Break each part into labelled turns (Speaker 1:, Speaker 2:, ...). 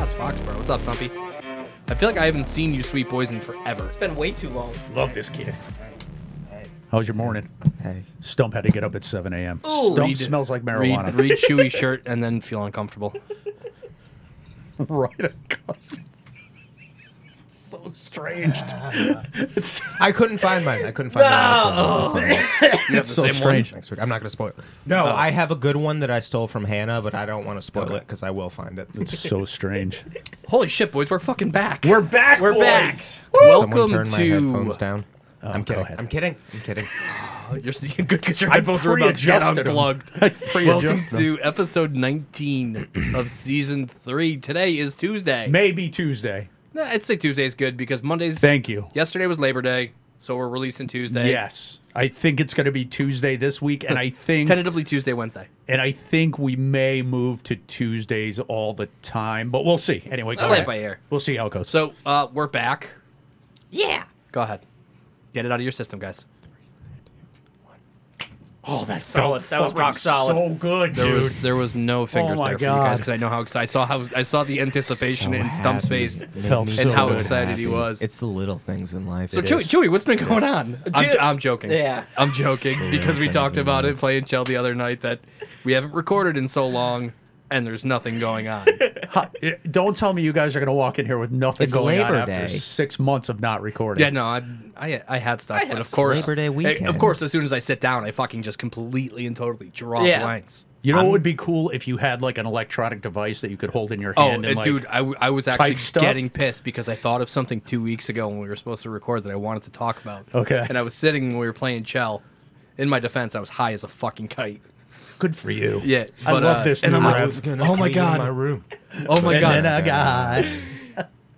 Speaker 1: What's up, Stumpy? I feel like I haven't seen you, sweet boys, in forever.
Speaker 2: It's been way too long.
Speaker 3: Love this kid. How was your morning?
Speaker 4: Hey.
Speaker 3: Stump had to get up at 7 a.m.
Speaker 2: Ooh.
Speaker 3: Stump
Speaker 2: Read
Speaker 1: it.
Speaker 3: smells like marijuana.
Speaker 1: Read, read Chewy shirt and then feel uncomfortable.
Speaker 3: right across. so strange. it's
Speaker 4: I couldn't find mine. I couldn't find mine. I stole mine.
Speaker 1: You have the
Speaker 3: so
Speaker 1: same
Speaker 3: strange.
Speaker 1: one.
Speaker 4: Next week. I'm not going to spoil it. No, I have a good one that I stole from Hannah, but I don't want to spoil it because I will find it.
Speaker 3: It's so strange.
Speaker 1: Holy shit, boys, we're fucking back.
Speaker 3: We're back.
Speaker 1: We're back.
Speaker 4: Someone
Speaker 1: Welcome
Speaker 4: turn my headphones
Speaker 1: to.
Speaker 4: down. I'm kidding.
Speaker 3: Oh, ahead.
Speaker 4: I'm kidding. I'm kidding.
Speaker 1: You're s- good because your
Speaker 3: I
Speaker 1: headphones were about to get
Speaker 3: pre-adjusted 'em.
Speaker 1: unplugged.
Speaker 3: I
Speaker 1: Welcome
Speaker 3: pre-adjusted 'em.
Speaker 1: to episode 19 of season three. Today is Tuesday.
Speaker 3: Maybe Tuesday.
Speaker 1: Nah, I'd say Tuesday is good because Monday's.
Speaker 3: Thank you.
Speaker 1: Yesterday was Labor Day, so we're releasing Tuesday.
Speaker 3: Yes. I think it's going to be Tuesday this week, and I think
Speaker 1: Tentatively Tuesday, Wednesday.
Speaker 3: and I think we may move to Tuesdays all the time, but we'll see. Anyway, go
Speaker 1: play it
Speaker 3: ahead.
Speaker 1: by ear.
Speaker 3: We'll see how it goes.
Speaker 1: So uh, we're back.
Speaker 2: Yeah.
Speaker 1: Go ahead. Get it out of your system, guys.
Speaker 3: oh, that's
Speaker 2: solid. That was rock solid.
Speaker 3: So good,
Speaker 1: There
Speaker 3: dude. Oh
Speaker 1: was, there was no fingers
Speaker 3: my
Speaker 1: there for you guys
Speaker 3: God.
Speaker 1: because I know how excited I saw how I saw the anticipation in Stump's face.
Speaker 3: Felt
Speaker 4: Made me
Speaker 3: so
Speaker 1: and how
Speaker 3: good.
Speaker 1: excited he was.
Speaker 4: It's the little things in life.
Speaker 1: so Chewy, Chewy, what's been going on? I'm,
Speaker 2: Dude.
Speaker 1: I'm joking.
Speaker 2: Yeah.
Speaker 1: I'm joking because we
Speaker 4: things
Speaker 1: talked
Speaker 4: in
Speaker 1: about it playing Chell the other night that we haven't recorded in so long and there's nothing going on.
Speaker 3: Ha- Don't tell me you guys are going to walk in here with nothing
Speaker 4: It's
Speaker 3: going
Speaker 4: Labor
Speaker 3: on after
Speaker 4: Day.
Speaker 3: six months of not recording.
Speaker 1: yeah, no, I I, I had stuff,
Speaker 2: I
Speaker 1: but
Speaker 2: have
Speaker 1: of
Speaker 2: stuff.
Speaker 1: course,
Speaker 4: Labor Day
Speaker 1: eh, Of
Speaker 4: weekend.
Speaker 1: course, as soon as I sit down, I fucking just completely and totally draw
Speaker 2: Yeah.
Speaker 1: blanks.
Speaker 3: You know what would be cool if you had like an electronic device that you could hold in your
Speaker 1: Oh,
Speaker 3: hand.
Speaker 1: uh,
Speaker 3: and, like,
Speaker 1: dude, I, w- I was actually
Speaker 3: type stuff?
Speaker 1: getting pissed because I thought of something two weeks ago when we were supposed to record that I wanted to talk about.
Speaker 3: Okay.
Speaker 1: And I was sitting when we were playing Chell. In my defense, I was high as a fucking kite.
Speaker 3: good for you.
Speaker 1: Yeah.
Speaker 3: I
Speaker 1: but,
Speaker 3: love
Speaker 1: uh,
Speaker 3: this
Speaker 1: And
Speaker 3: new
Speaker 1: I'm
Speaker 3: rev.
Speaker 1: like,
Speaker 4: oh my god, my room.
Speaker 1: oh my
Speaker 3: And
Speaker 1: God.
Speaker 3: then I got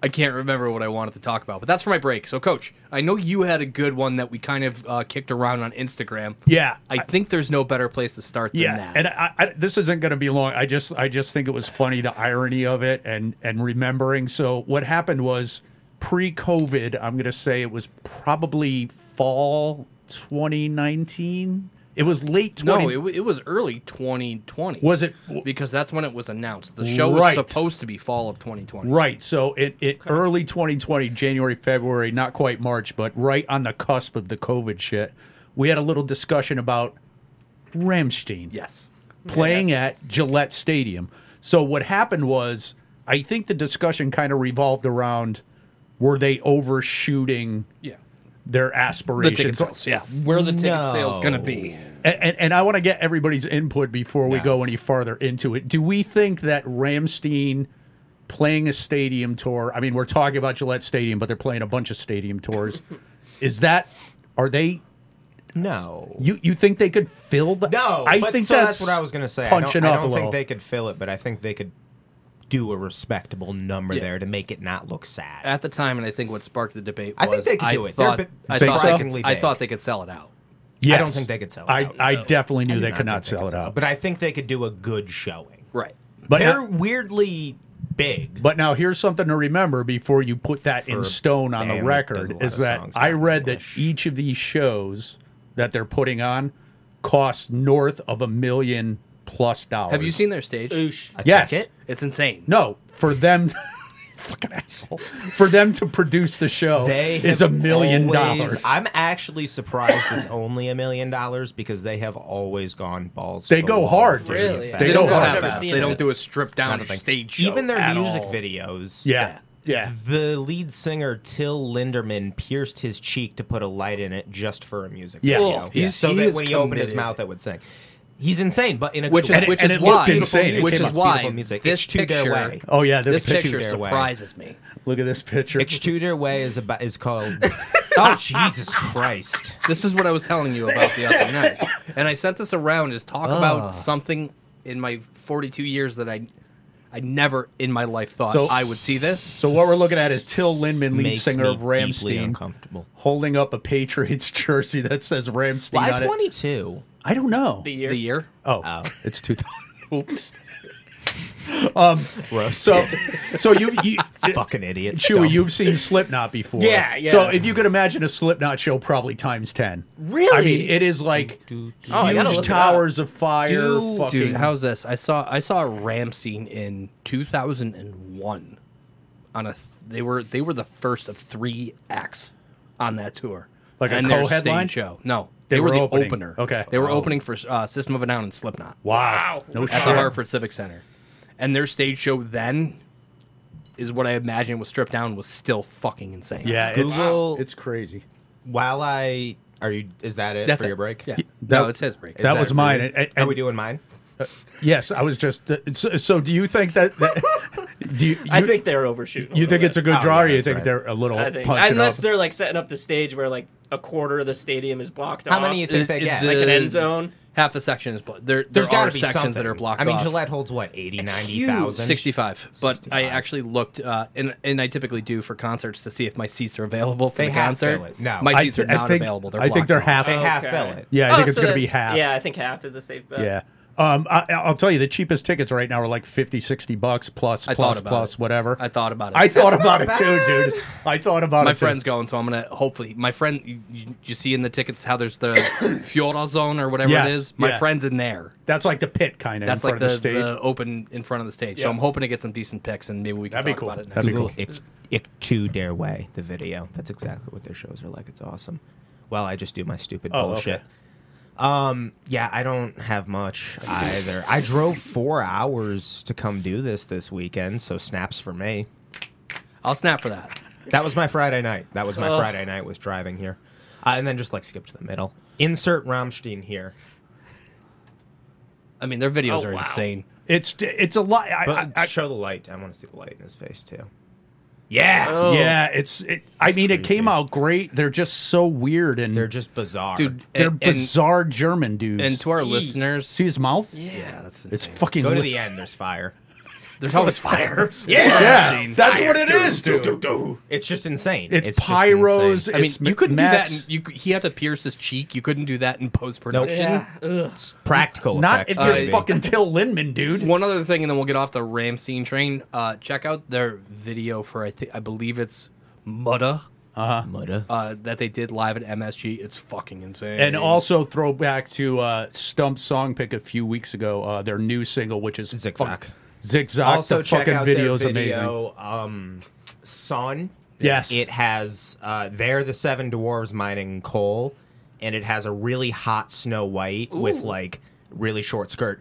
Speaker 1: I can't remember what I wanted to talk about, but that's for my break. So, Coach, I know you had a good one that we kind of uh, kicked around on Instagram.
Speaker 3: yeah,
Speaker 1: I think there's no better place to start than
Speaker 3: yeah.
Speaker 1: that.
Speaker 3: And I, I, this isn't going to be long. I just I just think it was funny the irony of it and and remembering. So what happened was pre-COVID. I'm going to say it was probably fall 2019. It was late 20.
Speaker 1: no, it, wa- it was early 2020.
Speaker 3: was it
Speaker 1: Because that's when it was announced. The show
Speaker 3: Right.
Speaker 1: was supposed to be fall of 2020.
Speaker 3: Right. So it, it early 2020, January, February, not quite March, but right on the cusp of the COVID shit, we had a little discussion about Ramstein
Speaker 1: Yes.
Speaker 3: playing at Gillette Stadium. So what happened was, I think the discussion kind of revolved around were they overshooting
Speaker 1: Yeah.
Speaker 3: their
Speaker 1: the
Speaker 3: aspirations?
Speaker 1: ticket sales. Yeah, where the ticket
Speaker 4: No.
Speaker 1: sales going to be?
Speaker 3: And, and, and I want to get everybody's input before we
Speaker 4: Yeah.
Speaker 3: go any farther into it. Do we think that Ramstein playing a stadium tour? I mean, we're talking about Gillette Stadium, but they're playing a bunch of stadium tours. is that are they?
Speaker 4: No.
Speaker 3: You you think they could fill the?
Speaker 4: No,
Speaker 3: I
Speaker 4: but
Speaker 3: think
Speaker 4: so
Speaker 3: that's,
Speaker 4: that's, what I was going to say.
Speaker 3: Punching
Speaker 4: I don't,
Speaker 3: up
Speaker 4: I don't
Speaker 3: a
Speaker 4: think
Speaker 3: little.
Speaker 4: they could fill it, but I think they could do a respectable number
Speaker 1: Yeah.
Speaker 4: there to make it not look sad.
Speaker 1: At the time, and I think what sparked the debate.
Speaker 4: I think
Speaker 1: was
Speaker 4: they could
Speaker 1: I
Speaker 4: do it. They're
Speaker 1: Thought,
Speaker 4: a bit
Speaker 1: I, thought they
Speaker 4: surprisingly
Speaker 1: could, I
Speaker 4: big.
Speaker 1: thought they could sell it out.
Speaker 4: I don't
Speaker 3: Yes.
Speaker 4: think they could sell it
Speaker 3: I
Speaker 4: out.
Speaker 3: I
Speaker 1: No.
Speaker 3: definitely knew
Speaker 4: do
Speaker 3: they
Speaker 4: not
Speaker 3: could
Speaker 4: think
Speaker 3: not
Speaker 4: they
Speaker 3: sell it out.
Speaker 4: But I think they could do a good showing.
Speaker 1: Right.
Speaker 3: But uh,
Speaker 4: They're
Speaker 3: now,
Speaker 4: weirdly big.
Speaker 3: but now here's something to remember before you put that in
Speaker 4: For
Speaker 3: stone on the
Speaker 4: band that does a
Speaker 3: record
Speaker 4: lot
Speaker 3: is
Speaker 4: of
Speaker 3: that
Speaker 4: songs,
Speaker 3: I
Speaker 4: not
Speaker 3: read that
Speaker 4: English.
Speaker 3: each of these shows that they're putting on cost north of a million plus dollars.
Speaker 1: Have you seen their stage?
Speaker 2: Oosh.
Speaker 3: Yes.
Speaker 4: Ticket?
Speaker 1: It's insane.
Speaker 3: No, for them fucking asshole. For them to produce the show
Speaker 4: They
Speaker 3: is a
Speaker 4: have
Speaker 3: million
Speaker 4: always-
Speaker 3: dollars.
Speaker 4: I'm actually surprised it's only a million dollars because they have always gone balls.
Speaker 3: They
Speaker 4: to
Speaker 3: go
Speaker 4: the
Speaker 3: hard,
Speaker 4: wall for
Speaker 3: dude.
Speaker 4: the
Speaker 2: Really?
Speaker 4: effect.
Speaker 1: They
Speaker 3: They
Speaker 1: don't
Speaker 3: go
Speaker 1: go
Speaker 3: hard.
Speaker 1: half-ass.
Speaker 2: I've never
Speaker 1: They
Speaker 2: seen
Speaker 1: don't
Speaker 2: it.
Speaker 1: do a stripped down
Speaker 4: Nothing.
Speaker 1: stage show.
Speaker 4: Even their
Speaker 1: at
Speaker 4: music
Speaker 1: all.
Speaker 4: videos.
Speaker 3: yeah. Yeah.
Speaker 4: The lead singer Till Linderman pierced his cheek to put a light in it just for a music
Speaker 3: Yeah.
Speaker 4: video.
Speaker 3: Well,
Speaker 1: he's-
Speaker 4: so
Speaker 1: he
Speaker 4: that
Speaker 1: is
Speaker 4: when he opened his
Speaker 1: committed.
Speaker 4: mouth, it would sing. He's insane, but in a
Speaker 1: Which
Speaker 4: cool
Speaker 1: is
Speaker 3: And it-
Speaker 4: way.
Speaker 1: which
Speaker 3: and
Speaker 1: is
Speaker 3: it looked
Speaker 1: why
Speaker 3: insane. It's
Speaker 1: which is
Speaker 4: beautiful
Speaker 1: why
Speaker 4: music.
Speaker 1: this
Speaker 4: It's two-door
Speaker 1: picture.
Speaker 4: way.
Speaker 3: Oh yeah, this,
Speaker 1: This
Speaker 3: picture.
Speaker 1: picture
Speaker 4: two-door way.
Speaker 1: surprises me.
Speaker 3: Look at this picture.
Speaker 4: Extruder Way is about is called. oh Jesus Christ!
Speaker 1: This is what I was telling you about the other night, and I sent this around as talk
Speaker 3: Ah.
Speaker 1: about something in my 42 years that I, I never in my life thought
Speaker 3: So-
Speaker 1: I would see this.
Speaker 3: So what we're looking at is Till Lindemann, lead
Speaker 4: Makes
Speaker 3: singer
Speaker 4: me
Speaker 3: of
Speaker 4: deeply
Speaker 3: Ramstein,
Speaker 4: uncomfortable.
Speaker 3: holding up a Patriots jersey that says Ramstein on
Speaker 4: Why
Speaker 3: it.
Speaker 4: twenty two?
Speaker 3: I don't know.
Speaker 2: The year.
Speaker 1: The year.
Speaker 3: oh,
Speaker 4: Oh.
Speaker 3: it's two thousand. Oops. um. So, so you, you
Speaker 4: Fucking idiot.
Speaker 3: Chewy, you've seen Slipknot before.
Speaker 2: Yeah, yeah.
Speaker 3: So if you could imagine a Slipknot show, probably times ten. I mean,
Speaker 2: Really?
Speaker 3: it is like
Speaker 4: Do- do-
Speaker 2: I gotta
Speaker 3: huge
Speaker 2: look it
Speaker 3: towers of fire.
Speaker 4: Dude,
Speaker 3: fucking,
Speaker 1: Dude, how's this? I saw I saw a Ram scene in 2001. on a. Th- they were they were the first of three acts on that tour.
Speaker 3: Like a
Speaker 1: And their
Speaker 3: co-headline?
Speaker 1: stage show. No,
Speaker 3: They
Speaker 1: they, were,
Speaker 3: were
Speaker 1: the
Speaker 3: opening.
Speaker 1: opener.
Speaker 3: Okay.
Speaker 1: they were
Speaker 3: Oh.
Speaker 1: opening for uh, System of a Down and Slipknot
Speaker 3: Wow. No
Speaker 1: at the
Speaker 3: shit.
Speaker 1: Hartford Civic Center, and their stage show then is what I imagine was stripped down was still fucking insane.
Speaker 3: Yeah,
Speaker 4: Google-
Speaker 3: it's it's crazy.
Speaker 4: While I are you? Is that it
Speaker 1: that's
Speaker 4: for
Speaker 1: it.
Speaker 4: your break?
Speaker 1: Yeah,
Speaker 3: that-
Speaker 1: no, it's his break.
Speaker 4: Is
Speaker 3: that
Speaker 4: it
Speaker 3: was
Speaker 4: for
Speaker 3: mine,
Speaker 4: you?
Speaker 3: and- and-
Speaker 4: are we doing mine?
Speaker 3: Yes, I was just. Uh, so, so, do you think that? that do you, you?
Speaker 2: I think they're overshooting. a
Speaker 3: you
Speaker 2: little
Speaker 3: think
Speaker 2: bit.
Speaker 3: it's a good
Speaker 4: Oh,
Speaker 3: draw,
Speaker 4: yeah,
Speaker 3: or you
Speaker 4: that's
Speaker 3: think
Speaker 4: right.
Speaker 3: they're a little
Speaker 2: I think
Speaker 3: punching
Speaker 2: unless
Speaker 3: up?
Speaker 2: they're like setting up the stage where like a quarter of the stadium is blocked
Speaker 4: How
Speaker 2: off.
Speaker 4: many you think they
Speaker 1: It-
Speaker 4: get?
Speaker 1: it-
Speaker 2: like an
Speaker 1: the-
Speaker 2: end zone?
Speaker 1: Half the section is blo- there.
Speaker 4: There's
Speaker 1: there
Speaker 4: got
Speaker 1: are
Speaker 4: to be
Speaker 1: sections
Speaker 4: something.
Speaker 1: that are blocked.
Speaker 4: I mean,
Speaker 1: off.
Speaker 4: Gillette holds what 80,
Speaker 2: It's
Speaker 4: 90,000?
Speaker 1: 65 but i
Speaker 4: 65.
Speaker 1: actually looked uh and and i typically do for concerts to see if my seats are available for
Speaker 4: They
Speaker 1: the
Speaker 4: have
Speaker 1: concert
Speaker 4: to fill it. No.
Speaker 1: my
Speaker 3: I
Speaker 1: seats
Speaker 3: th-
Speaker 1: are
Speaker 3: I
Speaker 1: not
Speaker 3: think-
Speaker 1: available they're
Speaker 3: I think
Speaker 1: blocked
Speaker 3: they're half.
Speaker 1: off.
Speaker 4: They half
Speaker 2: Okay. Oh,
Speaker 4: fill it.
Speaker 3: Yeah, I think it's
Speaker 2: so
Speaker 3: going to
Speaker 2: that-
Speaker 3: be half.
Speaker 2: Yeah, I think half is a safe bet.
Speaker 3: Yeah. Um, I, I'll tell you, the cheapest tickets right now are like 50, 60 bucks plus,
Speaker 1: I thought
Speaker 3: plus,
Speaker 1: about
Speaker 3: plus,
Speaker 1: it.
Speaker 3: whatever.
Speaker 1: I thought about it.
Speaker 3: I thought
Speaker 4: That's
Speaker 3: about it
Speaker 4: not
Speaker 3: too, dude. I thought about
Speaker 1: my
Speaker 3: it. too.
Speaker 1: friend's going so i'm gonna hopefully my friend you, you, you see in the tickets how there's the fiora zone or whatever
Speaker 3: Yes,
Speaker 1: it is my
Speaker 3: yeah.
Speaker 1: friend's in there
Speaker 3: That's like the pit kind of in
Speaker 1: that's
Speaker 3: front
Speaker 1: like the,
Speaker 3: of the stage.
Speaker 1: the open in front of the stage so
Speaker 3: Yeah.
Speaker 1: i'm hoping to get some decent picks and maybe we can
Speaker 3: That'd be
Speaker 1: talk
Speaker 3: cool.
Speaker 1: about it next
Speaker 3: That'd be cool.
Speaker 1: week.
Speaker 4: Google Ik, Ik to Dare Way, the video. That's exactly what their shows are like. It's awesome. Well, I just do my stupid
Speaker 3: Oh,
Speaker 4: bullshit.
Speaker 3: okay.
Speaker 4: Um, yeah, I don't have much either. I drove four hours to come do this this weekend, so snaps for me.
Speaker 1: i'll snap for that
Speaker 4: That was my Friday night. That was my
Speaker 2: Ugh.
Speaker 4: Friday night was driving here, uh, and then just like skip to the middle. Insert Rammstein here.
Speaker 1: i mean their videos
Speaker 2: Oh,
Speaker 1: are
Speaker 2: wow.
Speaker 1: insane
Speaker 3: it's it's a lot. I,
Speaker 4: But
Speaker 3: I- I-
Speaker 4: show the light. I want to see the light in his face too. Yeah,
Speaker 2: Oh.
Speaker 3: yeah, it's. It, I mean, it came
Speaker 4: creepy.
Speaker 3: out great. They're just so weird and
Speaker 4: they're just bizarre,
Speaker 1: dude
Speaker 3: they're
Speaker 1: and, and,
Speaker 3: bizarre German dudes.
Speaker 1: and to our listeners
Speaker 3: see his mouth?
Speaker 1: yeah that's insane.
Speaker 3: It's fucking.
Speaker 4: Go to
Speaker 3: lit-
Speaker 4: the end. There's fire.
Speaker 1: there's always fire
Speaker 3: yeah, that's what it is, dude.
Speaker 4: It's just insane.
Speaker 3: It's
Speaker 4: just
Speaker 3: pyros,
Speaker 4: insane.
Speaker 1: I mean,
Speaker 3: It's
Speaker 1: you couldn't
Speaker 3: Max-
Speaker 1: do that. In, you, c- he had to pierce his cheek. You couldn't do that in post production.
Speaker 2: Yeah. Ugh.
Speaker 4: It's practical.
Speaker 3: Not if
Speaker 4: effects,
Speaker 3: you're
Speaker 4: baby.
Speaker 3: fucking Till Lindemann, dude.
Speaker 1: One other thing, and then we'll get off the Ramstein train. Uh, check out their video for I think I believe it's Mudda
Speaker 4: Mudda.
Speaker 1: uh, that they did live at MSG. It's fucking insane.
Speaker 3: And also throw back to uh, Stump's song pick a few weeks ago, uh, their new single, which is
Speaker 4: Zigzag.
Speaker 3: fuck- Zigzag.
Speaker 4: also
Speaker 3: the
Speaker 4: check
Speaker 3: fucking
Speaker 4: out
Speaker 3: video's
Speaker 4: their
Speaker 3: amazing.
Speaker 4: video, um, Sun.
Speaker 3: Yes.
Speaker 4: It has uh, they're the seven dwarves mining coal, and it has a really hot Snow White with like really short skirt,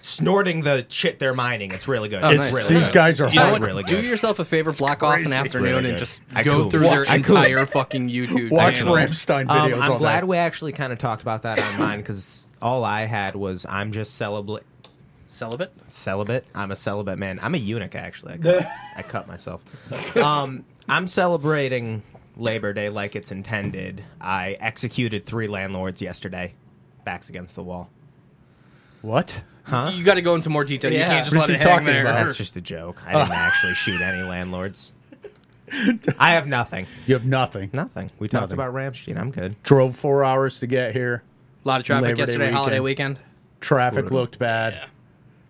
Speaker 4: snorting the shit they're mining. It's really good.
Speaker 3: It's-
Speaker 1: nice.
Speaker 4: really
Speaker 3: Oh, these
Speaker 4: good.
Speaker 3: guys are
Speaker 1: Do you know
Speaker 4: It's
Speaker 1: what?
Speaker 4: really
Speaker 1: Do
Speaker 4: good.
Speaker 1: yourself a favor, block off an
Speaker 3: crazy. It's
Speaker 1: afternoon
Speaker 4: really
Speaker 1: and
Speaker 4: good.
Speaker 1: just
Speaker 4: I
Speaker 1: go
Speaker 4: could
Speaker 1: through
Speaker 4: watch-
Speaker 1: their
Speaker 4: I could-
Speaker 1: entire fucking YouTube
Speaker 3: Watch
Speaker 1: channel.
Speaker 3: Ramstein videos.
Speaker 4: Um,
Speaker 3: all
Speaker 4: I'm glad
Speaker 3: night.
Speaker 4: we actually kind of talked about that on mine because all I had was I'm just celibate.
Speaker 1: Celibate.
Speaker 4: celibate. I'm a celibate man. I'm a eunuch, actually. I cut, I cut myself. Um, I'm celebrating Labor Day like it's intended. I executed three landlords yesterday, backs against the wall.
Speaker 3: What?
Speaker 1: You got to go into more detail. You
Speaker 2: Yeah.
Speaker 1: can't just
Speaker 3: Who's
Speaker 1: let
Speaker 3: he
Speaker 1: it hang
Speaker 3: talking
Speaker 1: there.
Speaker 3: about?
Speaker 4: That's just a joke. I didn't actually shoot any landlords. I have nothing.
Speaker 3: You have nothing.
Speaker 4: Nothing. We talked
Speaker 3: Nothing.
Speaker 4: about Ramstein. I'm good.
Speaker 3: Drove four hours to get here.
Speaker 1: A lot of traffic
Speaker 3: Labor Day
Speaker 1: yesterday, holiday weekend.
Speaker 3: Traffic
Speaker 4: brutal.
Speaker 3: looked bad.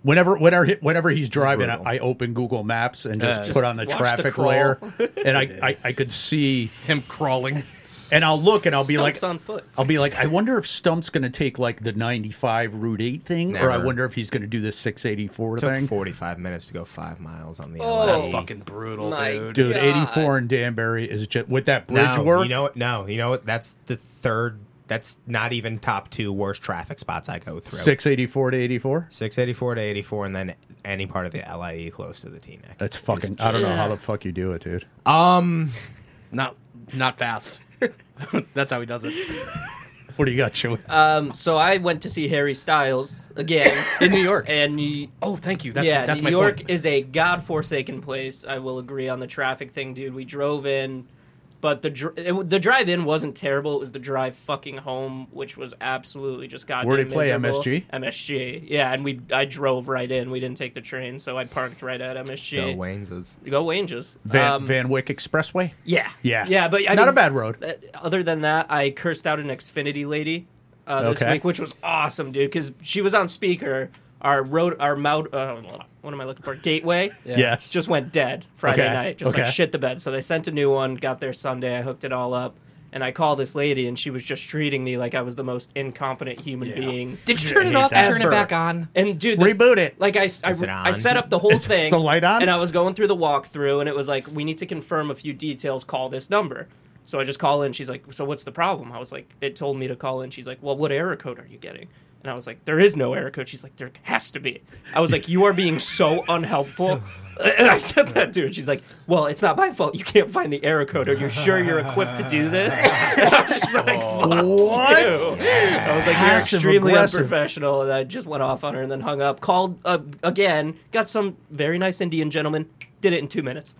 Speaker 3: Whenever, whenever, he- whenever he's driving,
Speaker 4: brutal.
Speaker 3: I, I open Google Maps and just
Speaker 1: Yeah.
Speaker 3: put
Speaker 1: Just
Speaker 3: on the
Speaker 2: watch the
Speaker 3: traffic
Speaker 2: crawl.
Speaker 3: layer, and I, I, I could see,
Speaker 1: Him crawling.
Speaker 3: and I'll look, and I'll be
Speaker 2: Stump's
Speaker 3: like,
Speaker 2: on foot.
Speaker 3: I'll be like, I wonder if Stump's going to take like the 95 Route 8 thing, or I
Speaker 4: Never.
Speaker 3: wonder if he's going to do the 684
Speaker 4: Took
Speaker 3: thing.
Speaker 4: 45 minutes to go five miles on the
Speaker 2: Oh.
Speaker 1: That's
Speaker 4: LSD.
Speaker 1: fucking brutal,
Speaker 2: My
Speaker 1: dude.
Speaker 3: Dude,
Speaker 2: God.
Speaker 3: 84 in Danbury is just with that bridge
Speaker 4: No,
Speaker 3: work.
Speaker 4: You know what? No, you know what? That's the third. That's not even top two worst traffic spots I go through.
Speaker 3: 684 to 84.
Speaker 4: 684 to 84, and then any part of the LIE close to the T neck.
Speaker 3: That's fucking. I don't know how the fuck you do it, dude.
Speaker 1: Not not fast. That's how he does it.
Speaker 3: What do you got, Chewy?
Speaker 2: Um, so I went to see Harry Styles again
Speaker 1: In New York.
Speaker 2: and he-
Speaker 1: Oh, thank you. That's,
Speaker 2: yeah,
Speaker 1: that's
Speaker 2: New
Speaker 1: my
Speaker 2: York
Speaker 1: point.
Speaker 2: is a godforsaken place. I will agree on the traffic thing, dude. We drove in, but the dr- it, wa- the drive in wasn't terrible. It was the drive fucking home, which was absolutely just goddamn.
Speaker 3: Where'd he play,
Speaker 2: miserable.
Speaker 3: MSG?
Speaker 2: MSG, yeah. And we I drove right in. We didn't take the train, so I parked right at
Speaker 4: Go
Speaker 2: MSG.
Speaker 4: Waynes's.
Speaker 2: Go Angels.
Speaker 3: Van,
Speaker 2: Um,
Speaker 3: Van Wyck Expressway.
Speaker 2: Yeah,
Speaker 3: Yeah.
Speaker 2: yeah. But I
Speaker 3: not
Speaker 2: mean,
Speaker 3: a bad road.
Speaker 2: uh, other than that, I cursed out an Xfinity lady uh, this
Speaker 3: Okay.
Speaker 2: week, which was awesome, dude, because she was on speaker. Our road, our mouth, uh, what am I looking for? Gateway
Speaker 3: Yes.
Speaker 2: just went dead Friday
Speaker 3: Okay,
Speaker 2: night, just
Speaker 3: okay.
Speaker 2: like shit the bed. So they sent a new one, got there Sunday. I hooked it all up, and I call this lady, and she was just treating me like I was the most incompetent human being.
Speaker 1: Did you turn
Speaker 3: I
Speaker 1: it
Speaker 3: hate
Speaker 1: off and
Speaker 3: that.
Speaker 1: turn it
Speaker 2: Ever.
Speaker 1: back on?
Speaker 2: And dude, the-
Speaker 3: Reboot it.
Speaker 2: Like I, s- I,
Speaker 4: Is it
Speaker 2: I
Speaker 4: on?
Speaker 2: set up the whole thing.
Speaker 3: the light on?
Speaker 2: And I was going through the walkthrough, and it was like, we need to confirm a few details. Call this number. So I just call in. She's like, so what's the problem? I was like, it told me to call in. She's like, well, what error code are you getting? And I was like, there is no error code. She's like, there has to be. I was like, you are being so unhelpful. And I said that to her. She's like, well, it's not my fault. You can't find the error code. Are you sure you're equipped to do this? And I was just like, fuck
Speaker 3: What?
Speaker 2: you. I was like, you're
Speaker 3: Passive
Speaker 2: extremely
Speaker 3: aggressive.
Speaker 2: unprofessional. And I just went off on her and then hung up. Called uh, again, got some very nice Indian gentleman, did it in two minutes.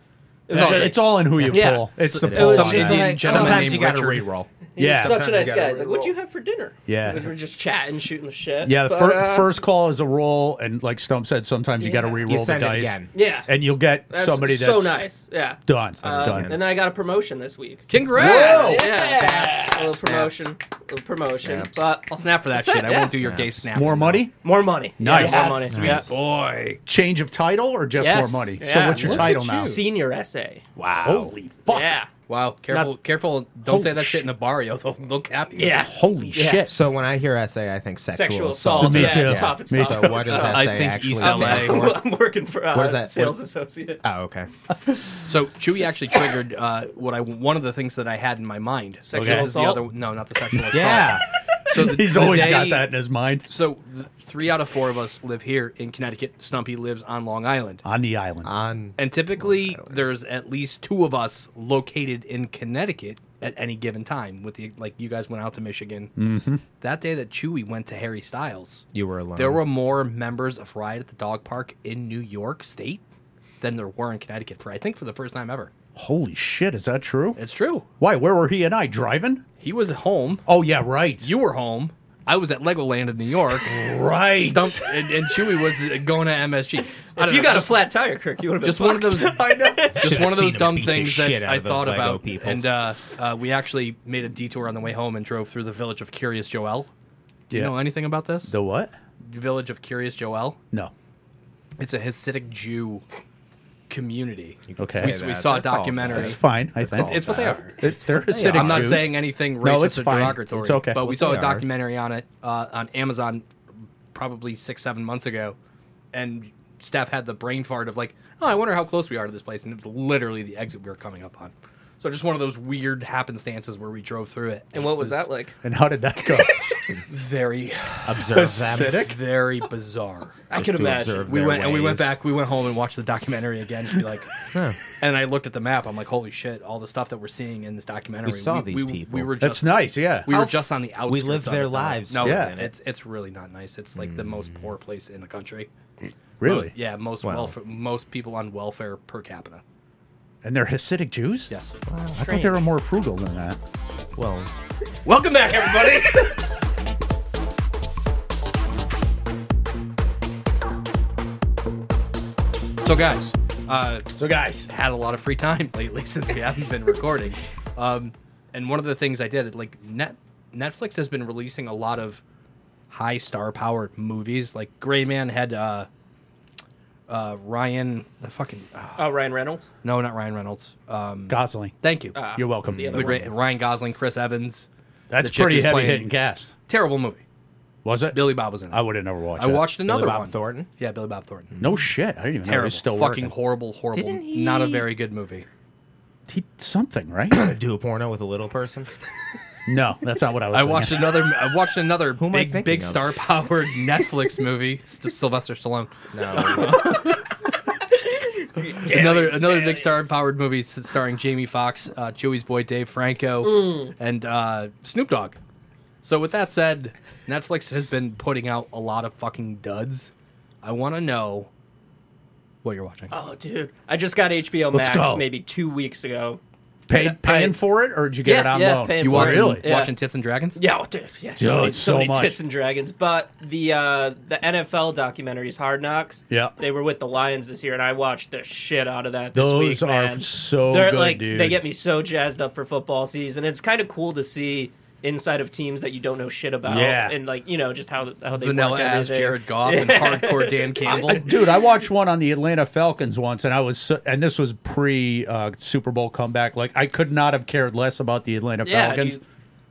Speaker 2: It was
Speaker 3: It's,
Speaker 2: just-
Speaker 3: it's all in who you
Speaker 2: Yeah.
Speaker 3: pull. It's the
Speaker 4: It
Speaker 3: pull.
Speaker 2: was
Speaker 3: on
Speaker 2: just
Speaker 3: that.
Speaker 1: Indian
Speaker 2: like-
Speaker 1: gentleman
Speaker 4: Sometimes
Speaker 1: named
Speaker 4: you gotta
Speaker 1: Richard.
Speaker 4: reroll.
Speaker 3: yeah.
Speaker 2: Such a
Speaker 1: Sometimes
Speaker 2: nice
Speaker 1: you
Speaker 2: guy.
Speaker 1: gotta
Speaker 2: He's like, what'd you have for dinner?
Speaker 3: Yeah.
Speaker 2: We were just chatting, shooting the shit.
Speaker 3: Yeah, the
Speaker 2: But,
Speaker 3: fir-
Speaker 2: uh,
Speaker 3: first call is a roll, and like Stump said, sometimes you got to
Speaker 2: Yeah.
Speaker 3: re-roll
Speaker 4: You
Speaker 3: the
Speaker 4: send it
Speaker 3: dice,
Speaker 4: again.
Speaker 2: Yeah.
Speaker 3: and you'll get
Speaker 2: That's
Speaker 3: somebody that's
Speaker 2: so nice. Yeah.
Speaker 3: done.
Speaker 2: Uh,
Speaker 3: done.
Speaker 2: And then I got a promotion this week.
Speaker 1: Congrats!
Speaker 3: Whoa!
Speaker 2: Yeah.
Speaker 4: Snaps.
Speaker 2: A little promotion. A little promotion.
Speaker 4: Snaps.
Speaker 2: But
Speaker 1: I'll snap for that shit. I won't do your gay snap.
Speaker 3: more money,
Speaker 2: more money.
Speaker 3: Nice.
Speaker 2: Yeah, more
Speaker 4: Yes.
Speaker 2: money.
Speaker 4: Nice.
Speaker 2: Yeah.
Speaker 1: Boy.
Speaker 3: change of title, or just
Speaker 2: Yes.
Speaker 3: more money. So
Speaker 2: Yeah.
Speaker 3: what's your
Speaker 2: Look
Speaker 3: title
Speaker 4: at
Speaker 3: now?
Speaker 4: you.
Speaker 2: Senior essay.
Speaker 4: Wow.
Speaker 3: Holy fuck!
Speaker 2: Yeah.
Speaker 1: Wow. Careful.
Speaker 2: Not-
Speaker 1: careful. Don't say that shit in the barrio. They'll, they'll cap you.
Speaker 2: Yeah.
Speaker 3: Holy
Speaker 2: Yeah.
Speaker 3: shit!
Speaker 4: So when I hear SA, I think sexual,
Speaker 2: Sexual
Speaker 4: assault.
Speaker 2: assault.
Speaker 3: Me
Speaker 2: yeah,
Speaker 3: too.
Speaker 2: It's tough. It's
Speaker 3: Me
Speaker 2: tough.
Speaker 3: too.
Speaker 4: So what does
Speaker 2: It's
Speaker 4: SA
Speaker 2: tough.
Speaker 1: I think
Speaker 4: actually
Speaker 1: East
Speaker 4: stand
Speaker 1: LA.
Speaker 4: for?
Speaker 2: I'm working for uh,
Speaker 4: What is that?
Speaker 2: sales
Speaker 4: What-
Speaker 2: associate.
Speaker 4: Oh, okay.
Speaker 1: So Chewy actually triggered uh, what I one of the things that I had in my mind.
Speaker 2: Sexual
Speaker 1: This is the
Speaker 2: assault?
Speaker 1: other. No, not the sexual assault.
Speaker 4: Yeah.
Speaker 1: So the,
Speaker 3: He's
Speaker 1: the
Speaker 3: always got
Speaker 1: day-
Speaker 3: that in his mind.
Speaker 1: So th- three out of four of us live here in Connecticut. Stumpy lives on Long Island.
Speaker 3: On the island.
Speaker 1: Uh,
Speaker 4: On
Speaker 1: And typically, there's at least two of us located in Connecticut at any given time. With the like, you guys went out to Michigan. Mm-hmm. That day that Chewy went to Harry Styles,
Speaker 4: you were alone.
Speaker 1: there were more members of Riot at the Dog Park in New York State than there were in Connecticut for I think for the first time ever.
Speaker 3: Holy shit! Is that true?
Speaker 1: It's true.
Speaker 3: Why? Where were he and I driving?
Speaker 1: He was at home.
Speaker 3: Oh yeah, right.
Speaker 1: You were home. I was at Legoland in New York.
Speaker 3: right.
Speaker 1: Stump and, and Chewy was going to MSG. I
Speaker 2: If
Speaker 1: don't
Speaker 2: you
Speaker 1: know,
Speaker 2: got a
Speaker 1: just-
Speaker 2: flat tire, Kirk, you would have been
Speaker 1: just one of
Speaker 2: fucked.
Speaker 1: those just one of
Speaker 4: seen
Speaker 1: those
Speaker 4: him
Speaker 1: dumb
Speaker 4: beat the
Speaker 1: things
Speaker 4: shit
Speaker 1: that
Speaker 4: out
Speaker 1: I
Speaker 4: of those
Speaker 1: thought
Speaker 4: Lego
Speaker 1: about
Speaker 4: people.
Speaker 1: and uh, uh, we actually made a detour on the way home and drove through the village of curious joel do you
Speaker 3: Yeah.
Speaker 1: know anything about this
Speaker 3: The what?
Speaker 1: village of curious joel
Speaker 3: No.
Speaker 1: it's a hasidic jew community
Speaker 3: Okay.
Speaker 1: we,
Speaker 3: say
Speaker 1: we
Speaker 4: that.
Speaker 1: saw a
Speaker 4: They're called
Speaker 1: documentary
Speaker 3: It's fine. I think
Speaker 1: it's what they are
Speaker 3: It's they're Hasidic
Speaker 1: i'm not
Speaker 3: Jews.
Speaker 1: saying anything
Speaker 3: No,
Speaker 1: racist
Speaker 3: it's
Speaker 1: or
Speaker 3: fine.
Speaker 1: derogatory
Speaker 3: It's okay.
Speaker 1: but we
Speaker 4: It's
Speaker 1: saw
Speaker 4: what
Speaker 1: a
Speaker 4: they are.
Speaker 1: documentary on it uh, on amazon probably six seven months ago and staff had the brain fart of like oh i wonder how close we are to this place and it was literally the exit we were coming up on so just one of those weird happenstances where we drove through it
Speaker 2: And what was that like?
Speaker 3: And how did that go?
Speaker 1: very
Speaker 4: observe them.
Speaker 3: Hasidic?
Speaker 1: very bizarre
Speaker 2: I could
Speaker 4: to
Speaker 2: imagine.
Speaker 4: observe.
Speaker 1: we
Speaker 4: Their
Speaker 1: went and we went
Speaker 4: ways.
Speaker 1: back we went home and watched the documentary again just be like and i looked at the map i'm like holy shit all the stuff that we're seeing in this documentary
Speaker 4: We saw
Speaker 1: we,
Speaker 4: these people.
Speaker 1: we were
Speaker 3: That's
Speaker 1: just
Speaker 3: nice. Yeah.
Speaker 1: we were
Speaker 2: How-
Speaker 1: just on the outskirts.
Speaker 4: lived
Speaker 1: of
Speaker 4: their
Speaker 1: it, though.
Speaker 4: lives
Speaker 1: No,
Speaker 3: Yeah. Mm.
Speaker 1: it's it's really not nice. It's like the most poor place in the country.
Speaker 3: Really?
Speaker 1: Most- yeah, most
Speaker 4: Wow.
Speaker 1: welfare, most people on welfare per capita.
Speaker 3: And they're Hasidic Jews?
Speaker 1: Yes.
Speaker 3: I thought they were more frugal than that.
Speaker 4: Well,
Speaker 1: Welcome back, everybody. so, guys, uh,
Speaker 3: So, guys,
Speaker 1: had a lot of free time lately since we haven't been recording. Um, and one of the things I did, like Net Netflix has been releasing a lot of high star power movies. Like Gray Man had uh, uh, Ryan, the fucking uh,
Speaker 2: Oh, Ryan Reynolds.
Speaker 1: no, not Ryan Reynolds. Um,
Speaker 3: Gosling.
Speaker 1: thank you.
Speaker 2: Ah,
Speaker 3: You're welcome.
Speaker 2: The other
Speaker 1: the
Speaker 2: one.
Speaker 1: great Ryan Gosling, Chris Evans.
Speaker 3: That's
Speaker 1: the chick
Speaker 3: pretty
Speaker 1: who's
Speaker 3: heavy
Speaker 1: playing-
Speaker 3: hitting cast.
Speaker 1: Terrible movie.
Speaker 3: Was it?
Speaker 1: Billy Bob was in it.
Speaker 3: I would have never watched
Speaker 1: I
Speaker 3: that.
Speaker 1: watched another
Speaker 4: Bob
Speaker 1: one.
Speaker 4: Thornton?
Speaker 1: Yeah, Billy Bob Thornton.
Speaker 3: No shit. I didn't even know he
Speaker 1: Terrible.
Speaker 3: was still
Speaker 1: fucking
Speaker 3: working.
Speaker 1: horrible, horrible.
Speaker 4: Didn't he-
Speaker 1: Not a very good movie.
Speaker 3: He, something, right?
Speaker 4: do a porno with a little person.
Speaker 3: no, that's not what I was
Speaker 1: I
Speaker 3: thinking.
Speaker 1: watched another. I watched another
Speaker 4: am I
Speaker 1: big,
Speaker 4: thinking
Speaker 1: big
Speaker 4: of?
Speaker 1: star powered Netflix movie. St- Sylvester Stallone.
Speaker 4: No.
Speaker 1: another another big star powered movie s- starring Jamie Foxx, uh, Chewy's boy Dave Franco, and uh, Snoop Dogg. So with that said, Netflix has been putting out a lot of fucking duds. I want to know what you're watching.
Speaker 2: Oh, dude. I just got HBO
Speaker 3: Let's
Speaker 2: Max
Speaker 3: go.
Speaker 2: maybe two weeks ago.
Speaker 3: Paid, paying for it, or did you get
Speaker 2: Yeah,
Speaker 3: it on
Speaker 2: yeah,
Speaker 3: loan?
Speaker 2: paying
Speaker 1: you
Speaker 2: for
Speaker 1: watching
Speaker 2: it.
Speaker 3: really?
Speaker 2: Yeah.
Speaker 1: watching Tits and Dragons?
Speaker 2: Yeah, well, dude. Yeah, so,
Speaker 3: Dude,
Speaker 2: many,
Speaker 3: so
Speaker 2: so many
Speaker 3: much.
Speaker 2: tits and dragons. But the uh, the NFL documentary is Hard Knocks.
Speaker 3: Yeah.
Speaker 2: They were with the Lions this year, and I watched the shit out of that this
Speaker 3: Those
Speaker 2: week,
Speaker 3: are
Speaker 2: man.
Speaker 3: so
Speaker 2: They're
Speaker 3: good,
Speaker 2: like
Speaker 3: dude.
Speaker 2: they get me so jazzed up for football season. It's kind of cool to see inside of teams that you don't know shit about.
Speaker 3: Yeah.
Speaker 2: And like you know just how how they
Speaker 1: Vanilla
Speaker 2: work
Speaker 1: ass
Speaker 2: everything.
Speaker 1: Jared Goff and hardcore Dan Campbell.
Speaker 3: Dude, I watched one on the Atlanta Falcons once, and I was, so- and this was pre uh, Super Bowl comeback. Like, I could not have cared less about the Atlanta
Speaker 2: Yeah,
Speaker 3: Falcons.
Speaker 2: dude.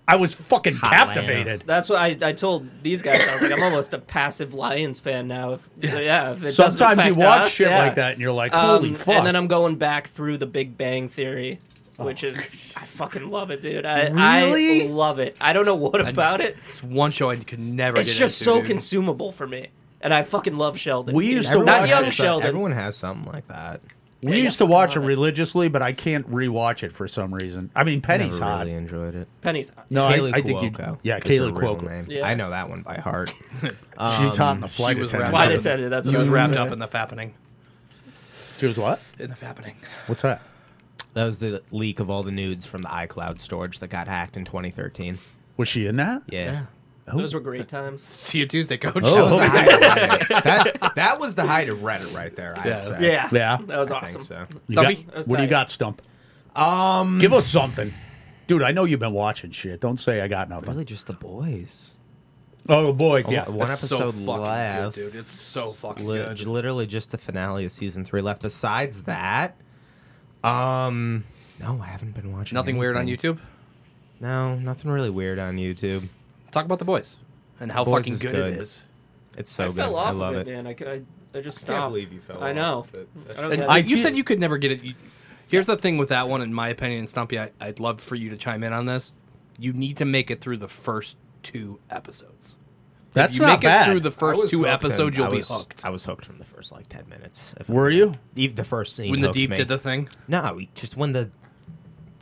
Speaker 3: I was fucking
Speaker 4: Hot
Speaker 3: captivated.
Speaker 2: That's what I, I told these guys. I was like, I'm almost a passive Lions fan now. If, yeah. if it doesn't
Speaker 3: Sometimes you
Speaker 2: affect
Speaker 3: watch
Speaker 2: us,
Speaker 3: shit
Speaker 2: yeah.
Speaker 3: like that, and you're like,
Speaker 2: Um,
Speaker 3: holy fuck. Oh
Speaker 2: And then I'm going back through the Big Bang Theory, which is I fucking love it, dude. I,
Speaker 3: Really?
Speaker 2: I love it. I don't know what about it.
Speaker 1: It's one show I could never.
Speaker 2: It's
Speaker 1: get
Speaker 2: just
Speaker 1: into,
Speaker 2: so
Speaker 1: dude.
Speaker 2: consumable for me, and I fucking love Sheldon.
Speaker 3: We
Speaker 2: dude.
Speaker 3: used to
Speaker 2: not
Speaker 3: watch
Speaker 2: young
Speaker 3: it,
Speaker 4: has,
Speaker 2: Sheldon.
Speaker 4: Everyone has something like that.
Speaker 3: we used to watch it religiously, but I can't rewatch it for some reason. I mean, Penny's
Speaker 4: Never
Speaker 3: hot.
Speaker 4: really enjoyed it.
Speaker 2: Penny's
Speaker 3: No, I,
Speaker 4: Kaylee
Speaker 3: I think you.
Speaker 4: Cuoco
Speaker 3: Yeah,
Speaker 4: is her
Speaker 3: Kaylee
Speaker 4: real
Speaker 3: Cuoco.
Speaker 4: name. Um,
Speaker 2: Yeah.
Speaker 4: I know that one by heart.
Speaker 3: She's hot in the flight
Speaker 1: she was
Speaker 3: attendant.
Speaker 2: flight
Speaker 1: wrapped up.
Speaker 2: attendant. That's what
Speaker 1: He
Speaker 2: I
Speaker 1: was
Speaker 2: was
Speaker 1: wrapped
Speaker 2: gonna
Speaker 1: up in the fappening.
Speaker 3: She was what?
Speaker 1: In the fappening.
Speaker 3: What's that?
Speaker 4: That was the leak of all the nudes from the iCloud storage that got hacked in 2013.
Speaker 3: Was she in that?
Speaker 4: Yeah.
Speaker 2: say. Those were great times.
Speaker 1: See you Tuesday, coach.
Speaker 4: That, was the height of Reddit. that, that was the height of Reddit right there, I'd
Speaker 1: Yeah.
Speaker 4: say.
Speaker 2: Yeah,
Speaker 3: Yeah.
Speaker 2: that was
Speaker 4: I
Speaker 2: awesome.
Speaker 4: think so.
Speaker 3: You got-
Speaker 1: Stumpy?
Speaker 2: That was
Speaker 3: what do you
Speaker 2: tight.
Speaker 3: got, Stump? Um, give us something, dude. I know you've been watching shit. Don't say I got nothing.
Speaker 4: Really, just the boys.
Speaker 3: Oh boy, yeah.
Speaker 4: one
Speaker 1: It's so
Speaker 4: episode
Speaker 1: fucking
Speaker 4: left.
Speaker 1: good, dude. It's so fucking
Speaker 4: Li-
Speaker 1: good.
Speaker 4: literally just the finale of season three left. Besides that, um, no, I haven't been watching.
Speaker 1: Nothing weird on
Speaker 4: anything.
Speaker 1: YouTube.
Speaker 4: No, nothing really weird on YouTube.
Speaker 1: Talk about the boys and how
Speaker 4: Boys
Speaker 1: fucking
Speaker 4: is
Speaker 1: good,
Speaker 4: good.
Speaker 1: it is.
Speaker 4: It's so
Speaker 2: I
Speaker 4: good.
Speaker 2: fell
Speaker 4: I
Speaker 2: off
Speaker 4: love
Speaker 2: of
Speaker 4: it.
Speaker 2: it, man. I, c- I- I just stopped.
Speaker 4: Can't believe you fell
Speaker 2: I
Speaker 4: off,
Speaker 2: know.
Speaker 4: but that's
Speaker 2: I don't
Speaker 1: And
Speaker 2: get
Speaker 1: I,
Speaker 2: it.
Speaker 1: you said you could never get it. You- Here's the thing with that one, in my opinion, and Stumpy, I, I'd love for you to chime in on this. You need to make it through the first two episodes.
Speaker 3: That's
Speaker 1: if you
Speaker 3: not
Speaker 1: make
Speaker 3: bad.
Speaker 1: it through the
Speaker 4: I
Speaker 1: first
Speaker 4: was
Speaker 1: two
Speaker 4: hooked
Speaker 1: episodes,
Speaker 4: on-
Speaker 1: you'll
Speaker 4: I was-
Speaker 1: be hooked.
Speaker 4: I was hooked from the first like ten minutes. if
Speaker 3: Were
Speaker 4: I'm-
Speaker 3: you?
Speaker 4: Even the first scene.
Speaker 1: when the
Speaker 4: hooked
Speaker 1: deep
Speaker 4: me.
Speaker 1: did the thing.
Speaker 4: No, we, just when the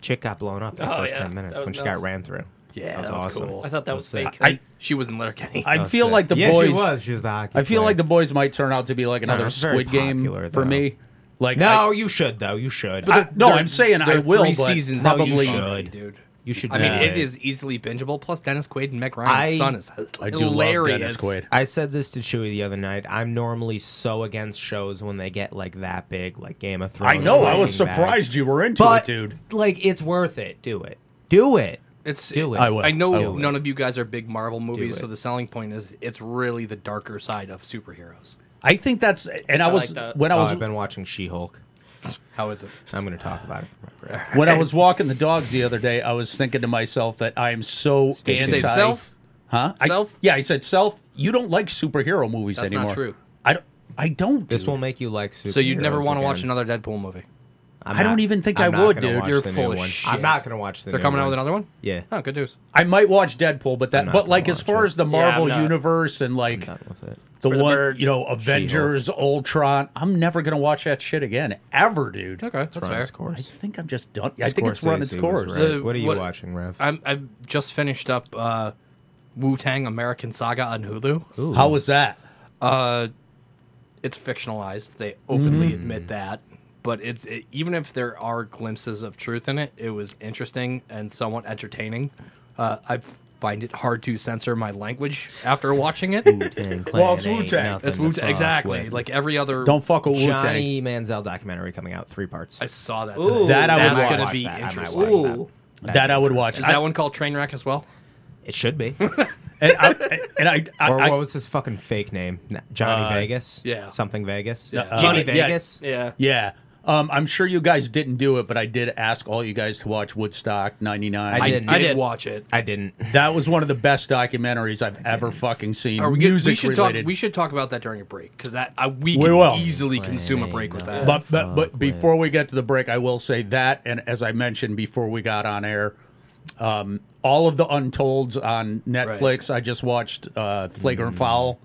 Speaker 4: chick got blown up in the
Speaker 2: Oh,
Speaker 4: first
Speaker 2: yeah.
Speaker 4: ten minutes
Speaker 2: That was
Speaker 4: when she
Speaker 2: nuts.
Speaker 4: got ran through.
Speaker 1: Yeah,
Speaker 4: that was,
Speaker 1: that was
Speaker 4: awesome.
Speaker 1: cool.
Speaker 2: I thought that was
Speaker 4: sick.
Speaker 2: fake.
Speaker 3: I-
Speaker 1: She was in Letterkenny.
Speaker 3: I
Speaker 4: That was
Speaker 3: feel
Speaker 4: sick.
Speaker 3: like the
Speaker 4: Oh, yeah,
Speaker 3: boys.
Speaker 4: She was. She was the hockey.
Speaker 3: I feel
Speaker 4: player.
Speaker 3: like the boys might turn out to be like
Speaker 4: not
Speaker 3: another
Speaker 4: very
Speaker 3: Squid Game
Speaker 4: popular,
Speaker 3: for
Speaker 4: though.
Speaker 3: me. Like I,
Speaker 4: No, you should though. You should.
Speaker 3: I- no, I'm saying
Speaker 1: There
Speaker 3: I
Speaker 1: are
Speaker 3: will,
Speaker 1: three
Speaker 3: but
Speaker 1: seasons of
Speaker 3: probably.
Speaker 1: each
Speaker 4: should.
Speaker 1: already, dude.
Speaker 4: you should.
Speaker 1: I mean,
Speaker 4: do
Speaker 1: it is easily bingeable. Plus, Dennis Quaid and Meg Ryan's
Speaker 4: I-
Speaker 1: son is
Speaker 3: I do love
Speaker 1: hilarious.
Speaker 3: Dennis Quaid.
Speaker 4: I said this to Chewy the other night. I'm normally so against shows when they get like that big, like Game of Thrones.
Speaker 3: I know. I was
Speaker 4: Breaking Bad.
Speaker 3: surprised you were into
Speaker 4: but
Speaker 3: it, dude.
Speaker 4: like it's worth it. Do it. Do it.
Speaker 1: It's
Speaker 4: Do it.
Speaker 3: I will.
Speaker 1: I know
Speaker 4: I will.
Speaker 1: none of you guys are big Marvel movies,
Speaker 4: it.
Speaker 1: so the selling point is it's really the darker side of superheroes.
Speaker 3: I think that's. And I,
Speaker 2: I
Speaker 3: was
Speaker 2: like that.
Speaker 3: when I
Speaker 4: Oh,
Speaker 3: was
Speaker 4: I've been watching She-Hulk.
Speaker 1: How is it?
Speaker 4: I'm going to talk about it for my break.
Speaker 3: when I was walking the dogs the other day. I was thinking to myself that I am so
Speaker 1: Did you
Speaker 3: anti.
Speaker 1: say self?
Speaker 3: Huh? I-
Speaker 1: Self?
Speaker 3: yeah, I said self. You don't like superhero movies
Speaker 1: That's not
Speaker 3: anymore.
Speaker 1: true.
Speaker 3: I don't. I don't.
Speaker 4: This
Speaker 3: dude.
Speaker 4: will make you like super.
Speaker 1: So you'd never want to watch another Deadpool movie?
Speaker 4: I'm
Speaker 3: I don't even think
Speaker 4: I'm
Speaker 3: I
Speaker 4: not
Speaker 3: would,
Speaker 4: gonna
Speaker 3: dude.
Speaker 4: watch
Speaker 1: You're
Speaker 4: the new
Speaker 1: full of
Speaker 4: one.
Speaker 1: shit.
Speaker 4: I'm not going to watch the.
Speaker 1: They're
Speaker 4: new
Speaker 1: coming
Speaker 4: one.
Speaker 1: out with another one.
Speaker 4: Yeah.
Speaker 1: Oh, good news.
Speaker 3: I might watch Deadpool, but
Speaker 4: I'm
Speaker 3: that,
Speaker 4: not
Speaker 3: but
Speaker 4: gonna
Speaker 3: like as
Speaker 4: watch
Speaker 3: far
Speaker 4: it.
Speaker 3: as the
Speaker 2: I'm
Speaker 3: Marvel
Speaker 2: not.
Speaker 3: universe and like
Speaker 4: Done with it.
Speaker 3: the
Speaker 2: for the
Speaker 3: one,
Speaker 2: birds.
Speaker 3: you know, Avengers, Ultron, I'm never gonna watch that shit again, ever, dude.
Speaker 1: Okay, that's,
Speaker 4: Run
Speaker 1: fair.
Speaker 4: its course.
Speaker 3: I think I'm just done. I think it's run its
Speaker 4: Scorsese
Speaker 3: course.
Speaker 4: was right.
Speaker 1: The-
Speaker 4: what are you
Speaker 1: what-
Speaker 4: watching, Rev?
Speaker 1: I'm, I've just finished up uh, Wu Tang American Saga on Hulu.
Speaker 3: How was that?
Speaker 1: Uh, it's fictionalized. They openly admit that, but it's it, even if there are glimpses of truth in it, it was interesting and somewhat entertaining. Uh, I find it hard to censor my language after watching it.
Speaker 3: Well, it's Wu-Tang.
Speaker 1: It's Wu exactly like every other.
Speaker 3: Don't fuck with Wu Tang.
Speaker 4: Johnny Manziel documentary coming out, three parts.
Speaker 1: I saw that.
Speaker 2: Ooh.
Speaker 1: today.
Speaker 3: That I would
Speaker 1: That's
Speaker 3: watch.
Speaker 1: gonna
Speaker 3: Watch
Speaker 1: be
Speaker 4: that. I might
Speaker 1: interesting.
Speaker 4: watch that.
Speaker 2: Ooh.
Speaker 4: That'd
Speaker 3: That
Speaker 4: be
Speaker 3: I would
Speaker 4: interesting.
Speaker 3: watch.
Speaker 1: Is
Speaker 3: I-
Speaker 1: that one called Trainwreck as well?
Speaker 4: It should be.
Speaker 3: And I, and I, I,
Speaker 4: or
Speaker 3: I-
Speaker 4: what was his fucking fake name? N- Johnny
Speaker 3: Uh,
Speaker 4: Vegas?
Speaker 1: yeah.
Speaker 4: Something Vegas?
Speaker 1: Yeah.
Speaker 4: Johnny
Speaker 3: Uh, yeah.
Speaker 4: Vegas?
Speaker 2: Yeah.
Speaker 3: yeah. Um, I'm sure you guys didn't do it, but I did ask all you guys to watch Woodstock '99.
Speaker 4: I
Speaker 1: I
Speaker 4: didn't.
Speaker 1: did,
Speaker 2: did.
Speaker 1: watch it.
Speaker 4: I didn't.
Speaker 3: That was one of the best documentaries I've ever fucking seen.
Speaker 1: Are we, good- we
Speaker 3: Music
Speaker 1: should
Speaker 3: related.
Speaker 1: talk. We should talk about that during a break because that I, we,
Speaker 3: We
Speaker 1: can
Speaker 3: will. uh,
Speaker 1: easily consume a break with that.
Speaker 3: But but, but before we get to the break, I will say that, and as I mentioned before we got on air, um, all of the Untolds on Netflix. I just watched uh, Flagrant Foul,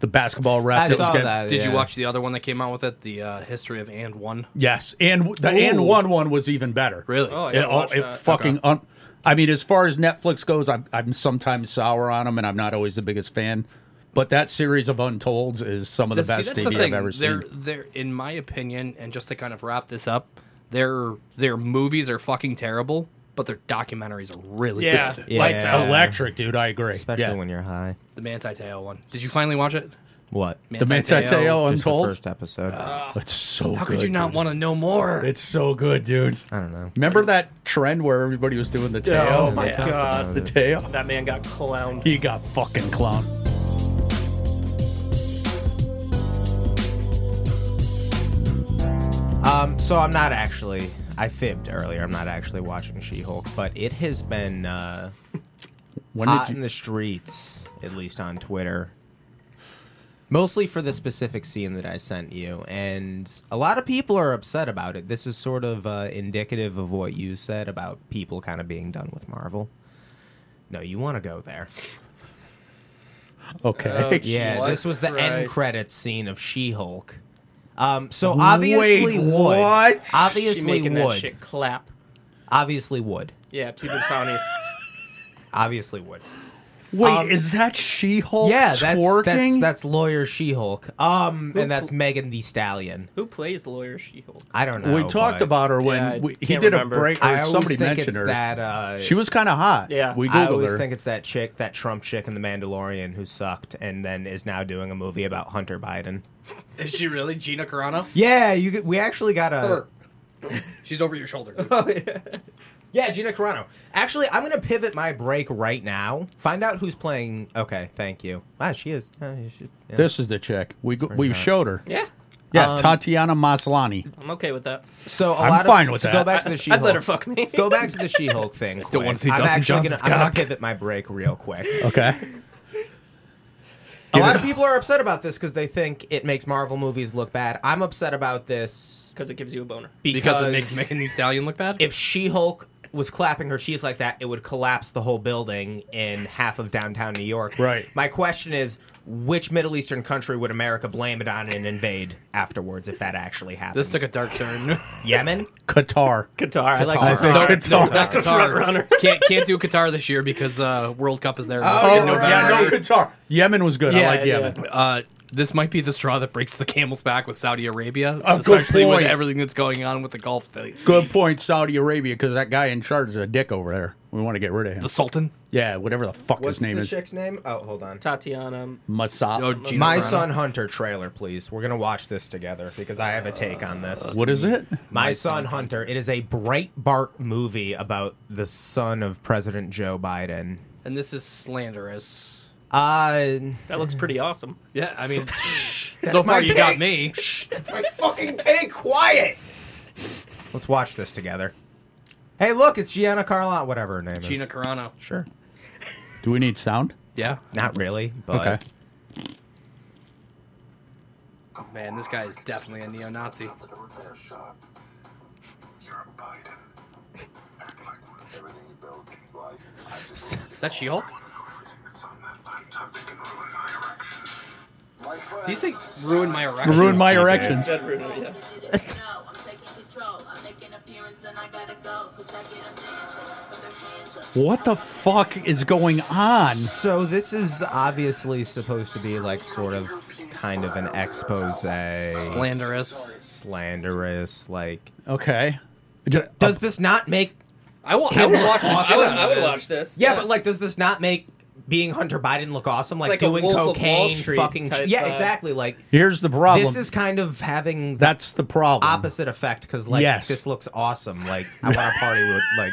Speaker 3: the basketball rap.
Speaker 4: I
Speaker 3: that
Speaker 4: saw
Speaker 3: was getting-
Speaker 4: that.
Speaker 1: Did you
Speaker 4: yeah.
Speaker 1: watch the other one that came out with it? The uh, History of And One.
Speaker 3: Yes, and w- the and
Speaker 2: Ooh.
Speaker 3: one one was even better.
Speaker 1: Really? Oh,
Speaker 2: I
Speaker 3: it,
Speaker 2: gotta
Speaker 3: all-
Speaker 2: watch
Speaker 3: it
Speaker 2: that.
Speaker 3: fucking. Un- I mean, as far as Netflix goes, I'm I'm sometimes sour on them, and I'm not always the biggest fan. But that series of Untolds is some of the
Speaker 1: That's- see,
Speaker 3: best
Speaker 1: that's
Speaker 3: TV
Speaker 1: the
Speaker 3: I've
Speaker 1: thing.
Speaker 3: ever
Speaker 1: they're,
Speaker 3: seen.
Speaker 1: They're, in my opinion, and just to kind of wrap this up, their their movies are fucking terrible, but their documentaries are really
Speaker 2: Yeah.
Speaker 1: good.
Speaker 4: Yeah.
Speaker 2: Lights out.
Speaker 3: Electric, dude. I agree.
Speaker 4: Especially
Speaker 3: yeah.
Speaker 4: when you're high.
Speaker 1: The Manti Teo one. Did you finally watch it?
Speaker 4: What?
Speaker 3: The Mantateo
Speaker 4: Just the
Speaker 3: Untold.
Speaker 4: first episode.
Speaker 3: It's so
Speaker 1: Oh. How
Speaker 3: good.
Speaker 1: could you not
Speaker 3: dude.
Speaker 1: want to know more?
Speaker 3: It's so good, dude.
Speaker 4: I don't know.
Speaker 3: Remember that trend where everybody was doing the tail?
Speaker 2: Oh my
Speaker 3: Yeah.
Speaker 2: god.
Speaker 3: The tail.
Speaker 2: That man got clowned.
Speaker 3: He got fucking clowned.
Speaker 4: Um, so I'm not actually. I fibbed earlier. I'm not actually watching She-Hulk, but it has been uh,
Speaker 3: When
Speaker 1: Uh,
Speaker 4: hot
Speaker 3: did
Speaker 4: in
Speaker 3: you?
Speaker 4: the streets, at least on Twitter. Mostly for the specific scene that I sent you, and a lot of people are upset about it. This is sort of uh, indicative of what you said about people kind of being done with Marvel. No, you want to go there.
Speaker 3: Okay.
Speaker 4: Yeah,
Speaker 1: Jesus
Speaker 4: this was the end
Speaker 1: Christ.
Speaker 4: credits scene of She-Hulk. Um, so obviously,
Speaker 3: Wait,
Speaker 4: would
Speaker 3: what?
Speaker 2: She
Speaker 4: obviously
Speaker 2: making that
Speaker 4: would
Speaker 2: shit clap.
Speaker 4: obviously would
Speaker 2: Yeah, Cuban Sonny's.
Speaker 4: obviously would.
Speaker 3: Wait,
Speaker 4: Um,
Speaker 3: is that She-Hulk?
Speaker 4: Yeah, that's,
Speaker 3: twerking?
Speaker 4: that's that's lawyer She-Hulk. Um, and that's Megan the Stallion.
Speaker 2: Who plays lawyer She-Hulk?
Speaker 4: I don't know.
Speaker 3: we talked
Speaker 4: but
Speaker 3: about her when
Speaker 2: Yeah, I
Speaker 3: we, he
Speaker 2: can't
Speaker 3: did
Speaker 2: remember.
Speaker 3: a break. Or
Speaker 4: I always
Speaker 3: somebody
Speaker 4: think
Speaker 3: mentioned
Speaker 4: it's
Speaker 3: her.
Speaker 4: that. Uh,
Speaker 3: she was kind of hot.
Speaker 2: Yeah.
Speaker 3: we googled
Speaker 4: I always
Speaker 3: her.
Speaker 4: think it's that chick, that Trump chick in The Mandalorian who sucked and then is now doing a movie about Hunter Biden.
Speaker 1: Is she really Gina Carano?
Speaker 4: Yeah, you. g- We actually got a.
Speaker 1: Her. She's over your shoulder. dude.
Speaker 4: Yeah, Gina Carano. Actually, I'm gonna pivot my break right now. Find out who's playing. Okay, thank you. Wow, she is. uh, you should- yeah.
Speaker 3: this is the chick we go- we
Speaker 4: hot.
Speaker 3: showed her.
Speaker 2: Yeah,
Speaker 3: Yeah,
Speaker 4: Um,
Speaker 3: Tatiana Maslany.
Speaker 2: I'm okay with that.
Speaker 4: So a
Speaker 3: I'm
Speaker 4: lot
Speaker 3: fine
Speaker 4: of,
Speaker 3: with
Speaker 4: so
Speaker 3: that.
Speaker 4: Go back to the she
Speaker 2: I'd let her fuck me.
Speaker 4: Go back to the She-Hulk thing.
Speaker 1: Still
Speaker 4: quick.
Speaker 1: wanna see
Speaker 4: I'm
Speaker 1: Dustin
Speaker 4: actually
Speaker 1: Johnson's
Speaker 4: gonna, I'm gonna
Speaker 1: cock.
Speaker 4: pivot my break real quick.
Speaker 3: Okay.
Speaker 4: a
Speaker 3: Give
Speaker 4: lot
Speaker 3: it-
Speaker 4: of people are upset about this because they think it makes Marvel movies look bad. I'm upset about this
Speaker 2: Because it gives you a boner.
Speaker 1: because it makes Megan Thee Stallion look bad?
Speaker 4: if She-Hulk was clapping her cheeks like that, it would collapse the whole building in half of downtown New York.
Speaker 3: Right.
Speaker 4: My question is, which Middle Eastern country would America blame it on and invade afterwards if that actually happened?
Speaker 1: this took a dark turn.
Speaker 4: Yemen.
Speaker 3: Qatar.
Speaker 2: Qatar. I like
Speaker 4: Qatar.
Speaker 2: Qatar.
Speaker 4: I think
Speaker 3: Qatar.
Speaker 2: No,
Speaker 3: Qatar.
Speaker 2: that's a front runner.
Speaker 1: can't can't do Qatar this year because uh, World Cup is there.
Speaker 4: Oh,
Speaker 1: in
Speaker 4: yeah,
Speaker 1: November.
Speaker 3: Yeah, no
Speaker 4: Right.
Speaker 3: Qatar. Yemen was good. I
Speaker 2: Yeah,
Speaker 3: like
Speaker 2: yeah.
Speaker 3: Yemen.
Speaker 1: Uh, this might be the straw that breaks the camel's back with Saudi Arabia,
Speaker 3: Oh, good
Speaker 1: especially with
Speaker 3: point.
Speaker 1: everything that's going on with the Gulf. The,
Speaker 3: Good point, Saudi Arabia, because that guy in charge is a dick over there. We want to get rid of him.
Speaker 1: the Sultan.
Speaker 3: Yeah, whatever the fuck his name is.
Speaker 4: chick's name? Oh, hold on.
Speaker 2: Tatiana. um,
Speaker 3: Masa.
Speaker 1: Oh, Jesus.
Speaker 4: My
Speaker 1: Verano.
Speaker 4: Son Hunter trailer, please. We're gonna watch this together because I have a take on
Speaker 3: Uh,
Speaker 4: this.
Speaker 3: what is it?
Speaker 4: My Son Hunter. It is a Breitbart movie about the son of President Joe Biden.
Speaker 1: And this is slanderous.
Speaker 4: Uh,
Speaker 2: That looks pretty awesome.
Speaker 1: Yeah, I mean, so
Speaker 4: my
Speaker 1: far you got
Speaker 4: take.
Speaker 1: me.
Speaker 4: that's my fucking take. Quiet. Let's watch this together. Hey, look, it's Gianna Carlotta, whatever her name
Speaker 1: Gina
Speaker 4: is.
Speaker 1: Carano.
Speaker 4: Sure.
Speaker 3: Do we need sound?
Speaker 1: Yeah.
Speaker 4: Not really, but
Speaker 3: Okay.
Speaker 1: Man, this guy is definitely a neo-Nazi.
Speaker 5: With a repair shop. You're a Biden. Act like everything you build in life. I just
Speaker 1: Is that She-Hulk?
Speaker 5: it's on that laptop that can ruin my erection. My friend.
Speaker 1: These things ruin my erection.
Speaker 3: Ruin my erection.
Speaker 2: Said Bruno, yeah.
Speaker 3: What the fuck is going on?
Speaker 4: So this is obviously supposed to be like sort of kind of an expose
Speaker 1: Slanderous.
Speaker 4: slanderous like
Speaker 3: Okay. Uh,
Speaker 4: Does this not make?
Speaker 1: I will. I would watch. the
Speaker 2: I
Speaker 1: shit
Speaker 2: would,
Speaker 1: out of
Speaker 2: I would
Speaker 1: this.
Speaker 2: watch this.
Speaker 4: Yeah, but like, does this not make being Hunter Biden look awesome? Like,
Speaker 2: like a
Speaker 4: doing
Speaker 2: Wolf of Wall
Speaker 4: cocaine,
Speaker 2: Street
Speaker 4: fucking
Speaker 2: type,
Speaker 4: yeah,
Speaker 2: uh,
Speaker 4: exactly. Like,
Speaker 3: Here's the problem.
Speaker 4: this is kind of having the
Speaker 3: that's the problem.
Speaker 4: opposite effect because like
Speaker 3: Yes.
Speaker 4: this looks awesome. Like, I want to party with like.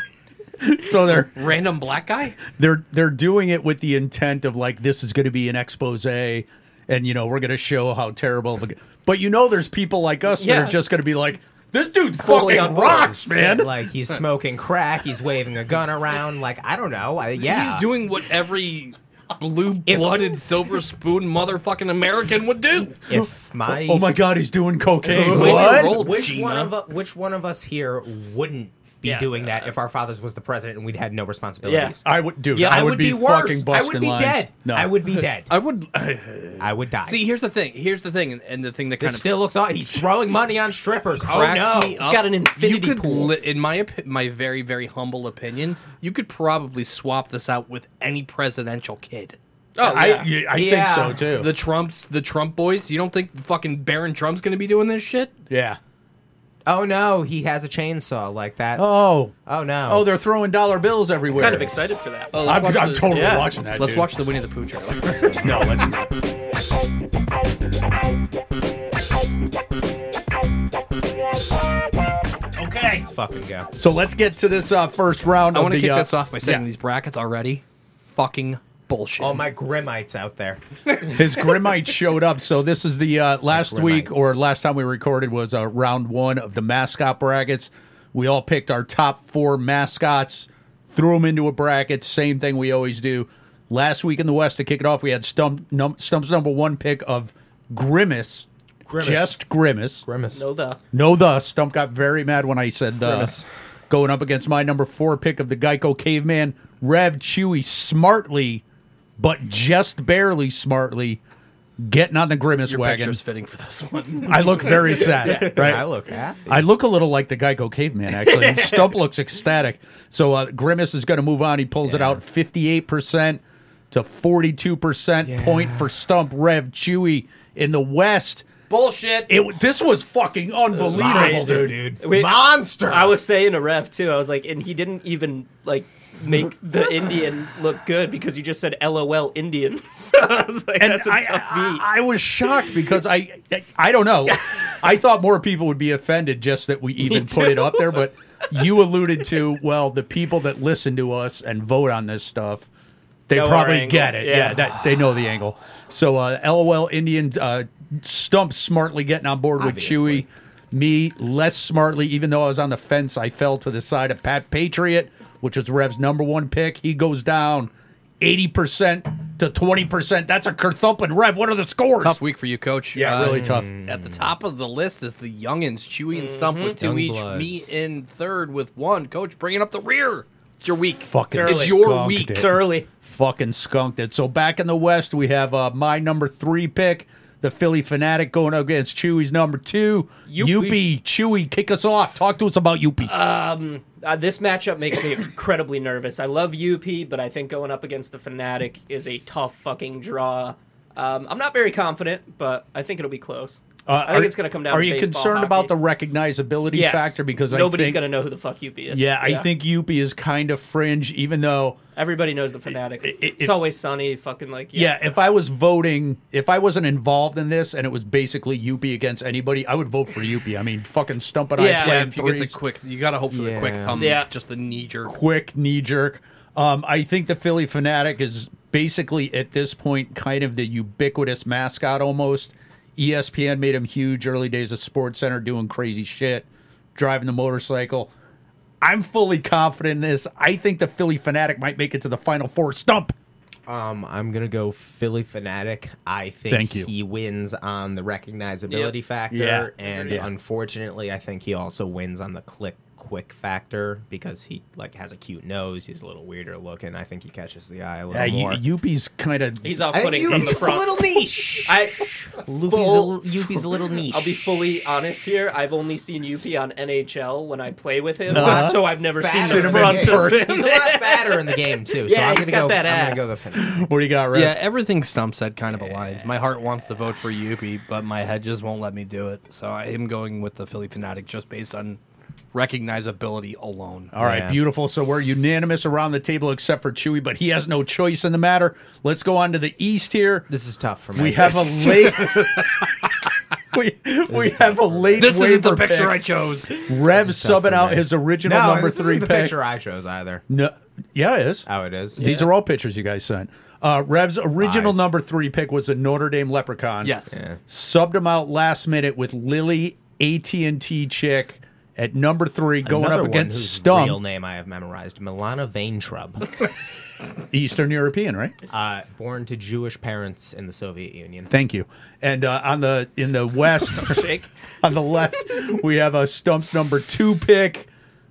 Speaker 3: So they're
Speaker 1: Random black guy.
Speaker 3: they're they're doing it with the intent of like this is going to be an expose, and you know we're going to show how terrible. Of a, but you know, there's people like us that
Speaker 2: Yeah.
Speaker 3: are just going to be like, this dude
Speaker 2: Totally on
Speaker 3: fucking
Speaker 2: board.
Speaker 3: rocks, man.
Speaker 4: Like he's smoking crack, he's waving a gun around. Like I don't know. I, yeah,
Speaker 1: He's doing what every
Speaker 4: If-
Speaker 1: blue-blooded silver spoon motherfucking American would do.
Speaker 4: if my
Speaker 3: oh my god, he's doing cocaine.
Speaker 1: Wait,
Speaker 3: what?
Speaker 1: roll-
Speaker 4: which
Speaker 1: Gina.
Speaker 4: one of u- which one of us here wouldn't be
Speaker 2: Yeah.
Speaker 4: doing that if our fathers was the president and we'd had no responsibilities?
Speaker 2: Yeah.
Speaker 3: I would, dude.
Speaker 2: Yeah,
Speaker 3: I, would, be,
Speaker 4: worse.
Speaker 3: fucking
Speaker 4: I
Speaker 3: busting
Speaker 4: would be
Speaker 3: lines.
Speaker 4: dead.
Speaker 3: No,
Speaker 4: I would be dead.
Speaker 1: I would
Speaker 4: I would die.
Speaker 1: see. Here's the thing. Here's the thing, and, and the thing that
Speaker 4: It
Speaker 1: kind of
Speaker 4: still looks odd. He's throwing money on strippers. Oh
Speaker 1: cracks
Speaker 4: no!
Speaker 1: me
Speaker 2: It's
Speaker 1: up.
Speaker 2: got an infinity
Speaker 1: you could
Speaker 2: pool.
Speaker 1: li- in my opi- my very very humble opinion, you could probably swap this out with any presidential kid.
Speaker 2: Oh,
Speaker 3: I,
Speaker 2: yeah.
Speaker 3: yeah, I
Speaker 4: Yeah.
Speaker 3: think so too.
Speaker 1: The Trumps, the Trump boys. You don't think fucking Baron Trump's going to be doing this shit?
Speaker 3: yeah.
Speaker 4: Oh no, he has a chainsaw like that. Oh,
Speaker 3: Oh,
Speaker 4: no.
Speaker 3: oh, they're throwing dollar bills everywhere.
Speaker 2: Kind of excited for that.
Speaker 1: Oh, let's
Speaker 3: I'm,
Speaker 1: watch
Speaker 3: I'm
Speaker 1: the-
Speaker 3: totally
Speaker 2: yeah.
Speaker 3: watching that.
Speaker 1: Let's
Speaker 3: dude.
Speaker 1: watch the Winnie the Pooh trailer.
Speaker 3: No, let's not.
Speaker 6: Okay.
Speaker 4: Let's fucking go.
Speaker 3: So let's get to this uh, first round.
Speaker 1: I
Speaker 3: of
Speaker 1: want to
Speaker 3: the,
Speaker 1: kick
Speaker 3: uh,
Speaker 1: this off by saying
Speaker 3: yeah. Oh,
Speaker 1: these brackets already fucking bullshit.
Speaker 4: All my grimites out there.
Speaker 3: His Grimmite showed up. So this is the uh, last
Speaker 4: Like
Speaker 3: week
Speaker 4: Grimmites.
Speaker 3: or last time we recorded was uh, round one of the mascot brackets. We all picked our top four mascots, threw them into a bracket. Same thing we always do. Last week in the West to kick it off, we had Stump, num- Stump's number one pick of Grimace.
Speaker 4: Grimace.
Speaker 3: Just Grimace.
Speaker 4: Grimace.
Speaker 2: No, the
Speaker 3: No, the Stump got very mad when I said the
Speaker 4: Grimace.
Speaker 3: going up against my number four pick of the Geico Caveman, Rev Chewy, smartly, but just barely smartly, getting on the Grimace
Speaker 1: Your
Speaker 3: wagon.
Speaker 1: picture's fitting for this one.
Speaker 3: I look very sad, right?
Speaker 4: I look happy.
Speaker 3: I look a little like the Geico caveman, actually. And Stump looks ecstatic. So uh, Grimace is going to move on. He pulls it
Speaker 4: Yeah.
Speaker 3: out 58% to 42% point for Stump, Rev, Chewy in the West.
Speaker 2: bullshit.
Speaker 3: It This was fucking unbelievable,
Speaker 2: Monster,
Speaker 3: dude.
Speaker 4: dude.
Speaker 2: Wait,
Speaker 4: Monster.
Speaker 2: I was saying to Rev too. I was like, and he didn't even like make the Indian look good because you just said "LOL Indian." So I was like, that's a
Speaker 3: I-
Speaker 2: tough beat.
Speaker 3: I, I was shocked because I, I, don't know. I thought more people would be offended just that we even put it up there, but you alluded to well, the people that listen to us and vote on this stuff, they
Speaker 2: Know our
Speaker 3: probably
Speaker 2: angle.
Speaker 3: get it. Yeah,
Speaker 2: Yeah.
Speaker 3: that, they know the angle. So, uh, LOL Indian uh, Stump smartly getting on board
Speaker 4: Obviously.
Speaker 3: with Chewy. Me less smartly, even though I was on the fence, I fell to the side of Pat Patriot, which was Rev's number one pick. He goes down 80% to 20%. That's a kerthumping Rev. What are the scores?
Speaker 1: tough week for you, coach.
Speaker 3: Yeah,
Speaker 1: Uh,
Speaker 3: really
Speaker 2: Mm.
Speaker 3: tough.
Speaker 1: At the top of the list is the youngins, Chewy and Stump with two
Speaker 4: Young
Speaker 1: each.
Speaker 4: bloods.
Speaker 1: Me in third with one. Coach bringing up the rear. It's your week.
Speaker 3: Fucking
Speaker 1: it's
Speaker 2: early.
Speaker 1: your
Speaker 3: skunked it.
Speaker 1: week.
Speaker 2: it's early.
Speaker 3: Fucking skunked it. So back in the West, we have uh, my number three pick, the Philly Fanatic, going up against Chewy's number two. Yuppie.
Speaker 2: Yuppie.
Speaker 3: Chewy, kick us off. Talk to us about Yuppie.
Speaker 2: Uh, this matchup makes me incredibly nervous. I love UP, but I think going up against the Fnatic is a tough fucking draw. Um, I'm not very confident, but I think it'll be close. I think
Speaker 3: Uh, are-
Speaker 2: it's going to come down.
Speaker 3: Are
Speaker 2: to
Speaker 3: you
Speaker 2: baseball,
Speaker 3: concerned
Speaker 2: hockey.
Speaker 3: about the recognizability
Speaker 2: Yes.
Speaker 3: factor? Because
Speaker 2: nobody's
Speaker 3: I think,
Speaker 2: going to know who the fuck UP is.
Speaker 3: Yeah, I think Yuppie is kind of fringe, even though.
Speaker 2: everybody knows the Fnatic.
Speaker 3: it- it-
Speaker 2: it's always sunny. Fucking like
Speaker 3: Yeah, if I was voting, if I wasn't involved in this, and it was basically Yuppie against anybody, I would vote for Yuppie. I mean, fucking Stump and I
Speaker 2: Yeah.
Speaker 1: Yeah,
Speaker 3: playing
Speaker 1: if you get the
Speaker 3: threes.
Speaker 1: quick, you gotta hope for the quick
Speaker 4: Yeah.
Speaker 1: thumb.
Speaker 2: Yeah.
Speaker 1: just the knee jerk.
Speaker 3: quick knee jerk. Um, I think the Philly Fanatic is basically at this point kind of the ubiquitous mascot almost. E ESPN made him huge early days of Sports Center doing crazy shit, driving the motorcycle. I'm fully confident in this. I think the Philly Fanatic might make it to the Final Four stump.
Speaker 4: Um, I'm gonna go Philly fanatic. I think
Speaker 3: Thank you.
Speaker 4: he wins on the recognizability
Speaker 2: Yep.
Speaker 4: factor,
Speaker 3: Yeah.
Speaker 4: and
Speaker 3: Yeah.
Speaker 4: unfortunately, I think he also wins on the click quick factor because he like has a cute nose. He's a little weirder looking. I think he catches the eye a little
Speaker 3: Yeah,
Speaker 4: more.
Speaker 3: U- Yuppie's kind of.
Speaker 2: he's off
Speaker 4: I think
Speaker 2: putting from the
Speaker 4: Yubi's a
Speaker 2: front.
Speaker 4: little niche.
Speaker 2: I
Speaker 4: Yubi's
Speaker 2: full-
Speaker 4: a, Yubi's a little niche.
Speaker 2: I'll be fully honest here. I've only seen UP on NHL when I play with him,
Speaker 3: Uh-huh.
Speaker 2: so I've never
Speaker 4: Fatter
Speaker 2: seen
Speaker 4: in
Speaker 2: the
Speaker 4: the
Speaker 2: front
Speaker 4: game.
Speaker 2: of
Speaker 4: He's a
Speaker 2: him.
Speaker 4: lot fatter in the game too. so
Speaker 2: Yeah,
Speaker 4: I'm
Speaker 2: he's
Speaker 4: gonna
Speaker 2: got
Speaker 4: go.
Speaker 2: that
Speaker 4: I'm
Speaker 2: ass.
Speaker 4: gonna go the fanatic.
Speaker 3: What do you got, Rev?
Speaker 1: Yeah, everything Stump said kind of aligns. My heart wants to vote for Yuppie, but my head just won't let me do it. So I am going with the Philly Fanatic just based on recognizability alone.
Speaker 3: All right,
Speaker 4: Yeah.
Speaker 3: beautiful. So we're unanimous around the table except for Chewy, but he has no choice in the matter. Let's go on to the East here.
Speaker 4: This is tough for me.
Speaker 3: We have a late. we we have a late.
Speaker 1: This isn't the
Speaker 3: waiver
Speaker 1: picture I
Speaker 3: pick.
Speaker 1: chose.
Speaker 3: Rev subbing
Speaker 4: for
Speaker 3: out
Speaker 4: me.
Speaker 3: his original
Speaker 4: no,
Speaker 3: number
Speaker 4: this
Speaker 3: three
Speaker 4: isn't the
Speaker 3: pick.
Speaker 4: picture I chose either.
Speaker 3: No, yeah, it is.
Speaker 4: Oh, it is.
Speaker 3: These are all pictures you guys sent. Uh, Rev's original
Speaker 4: Eyes.
Speaker 3: number three pick was a Notre Dame Leprechaun.
Speaker 1: Yes.
Speaker 4: Yeah.
Speaker 3: subbed him out last minute with Lily AT and T chick at number three, going up
Speaker 4: Another one
Speaker 3: against
Speaker 4: whose
Speaker 3: Stump,
Speaker 4: Real name I have memorized: Milana Vaintrub.
Speaker 3: Eastern European, right?
Speaker 4: uh, born to Jewish parents in the Soviet Union.
Speaker 3: Thank you. And uh, on the in the West,
Speaker 2: Shake.
Speaker 3: on the left, we have a Stumps number two pick,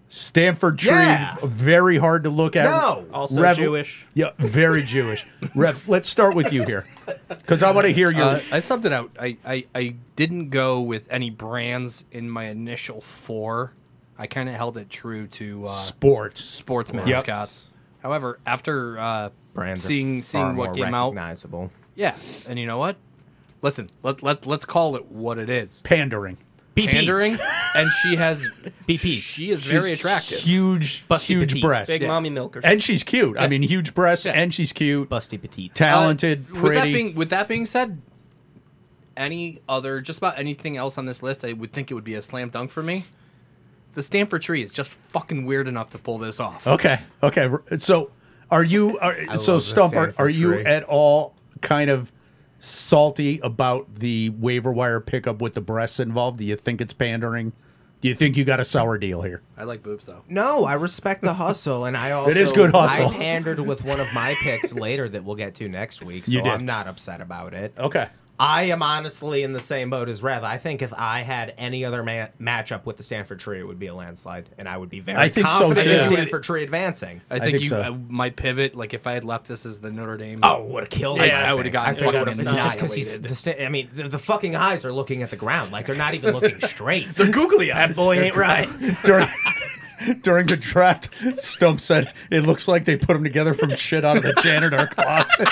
Speaker 3: Stanford Tree.
Speaker 4: Yeah.
Speaker 3: Very hard to look at.
Speaker 4: No.
Speaker 2: Also Jewish.
Speaker 3: Yeah, very Jewish. Rev, let's start with you here, because I want to hear your.
Speaker 1: Uh, I subbed it out. I, I, I didn't go with any brands in my initial four. I kind of held it true to uh,
Speaker 3: Sports.
Speaker 1: sports
Speaker 4: Yep.
Speaker 1: mascots. However, after uh,
Speaker 4: Brands are
Speaker 1: seeing
Speaker 4: far
Speaker 1: seeing what
Speaker 4: more
Speaker 1: came out,
Speaker 4: recognizable.
Speaker 1: yeah, and you know what? Listen, let let let's call it what it is.
Speaker 3: Pandering.
Speaker 1: Pandering. and she has
Speaker 4: BP.
Speaker 1: She is very attractive.
Speaker 3: Huge,
Speaker 4: Busty
Speaker 3: huge
Speaker 4: petite.
Speaker 3: breasts.
Speaker 2: Big mommy milker.
Speaker 3: and she's cute. I mean, huge breasts, and she's cute,
Speaker 4: busty petite.
Speaker 3: talented,
Speaker 1: Uh, With that
Speaker 3: pretty.
Speaker 1: being with that being said, any other just about anything else on this list, I would think it would be a slam dunk for me. The Stanford tree is just fucking weird enough to pull this off.
Speaker 3: okay, okay. So, are you? Are, so,
Speaker 4: love the
Speaker 3: Stump, are,
Speaker 4: Stanford
Speaker 3: are you
Speaker 4: tree.
Speaker 3: at all kind of salty about the waiver wire pickup with the breasts involved? Do you think it's pandering? Do you think you got a sour deal here?
Speaker 1: I like boobs though.
Speaker 4: No, I respect the hustle, and I also
Speaker 3: It is good hustle.
Speaker 4: I pandered with one of my picks later that we'll get to next week, so
Speaker 3: You did. Oh.
Speaker 4: I'm not upset about it.
Speaker 3: Okay.
Speaker 4: I am honestly in the same boat as Rev. I think if I had any other ma- matchup with the Stanford Tree, it would be a landslide, and I would be very
Speaker 3: I think so,
Speaker 4: confident in
Speaker 3: too.
Speaker 4: Stanford Tree advancing.
Speaker 1: I think,
Speaker 3: think
Speaker 1: you
Speaker 3: so.
Speaker 1: uh, my pivot, like if I had left this as the Notre Dame.
Speaker 4: Oh, would have killed
Speaker 1: Yeah,
Speaker 4: it,
Speaker 1: I
Speaker 4: think.
Speaker 1: would've gotten
Speaker 4: I think I
Speaker 2: fucking
Speaker 4: would've been- just because he's.
Speaker 1: annihilated.
Speaker 4: The, sta- I mean, the, the fucking eyes are looking at the ground, like they're not even looking straight.
Speaker 1: googly eyes.
Speaker 2: that boy ain't right.
Speaker 3: During during the draft, Stump said it looks like they put them together from shit out of the janitor closet.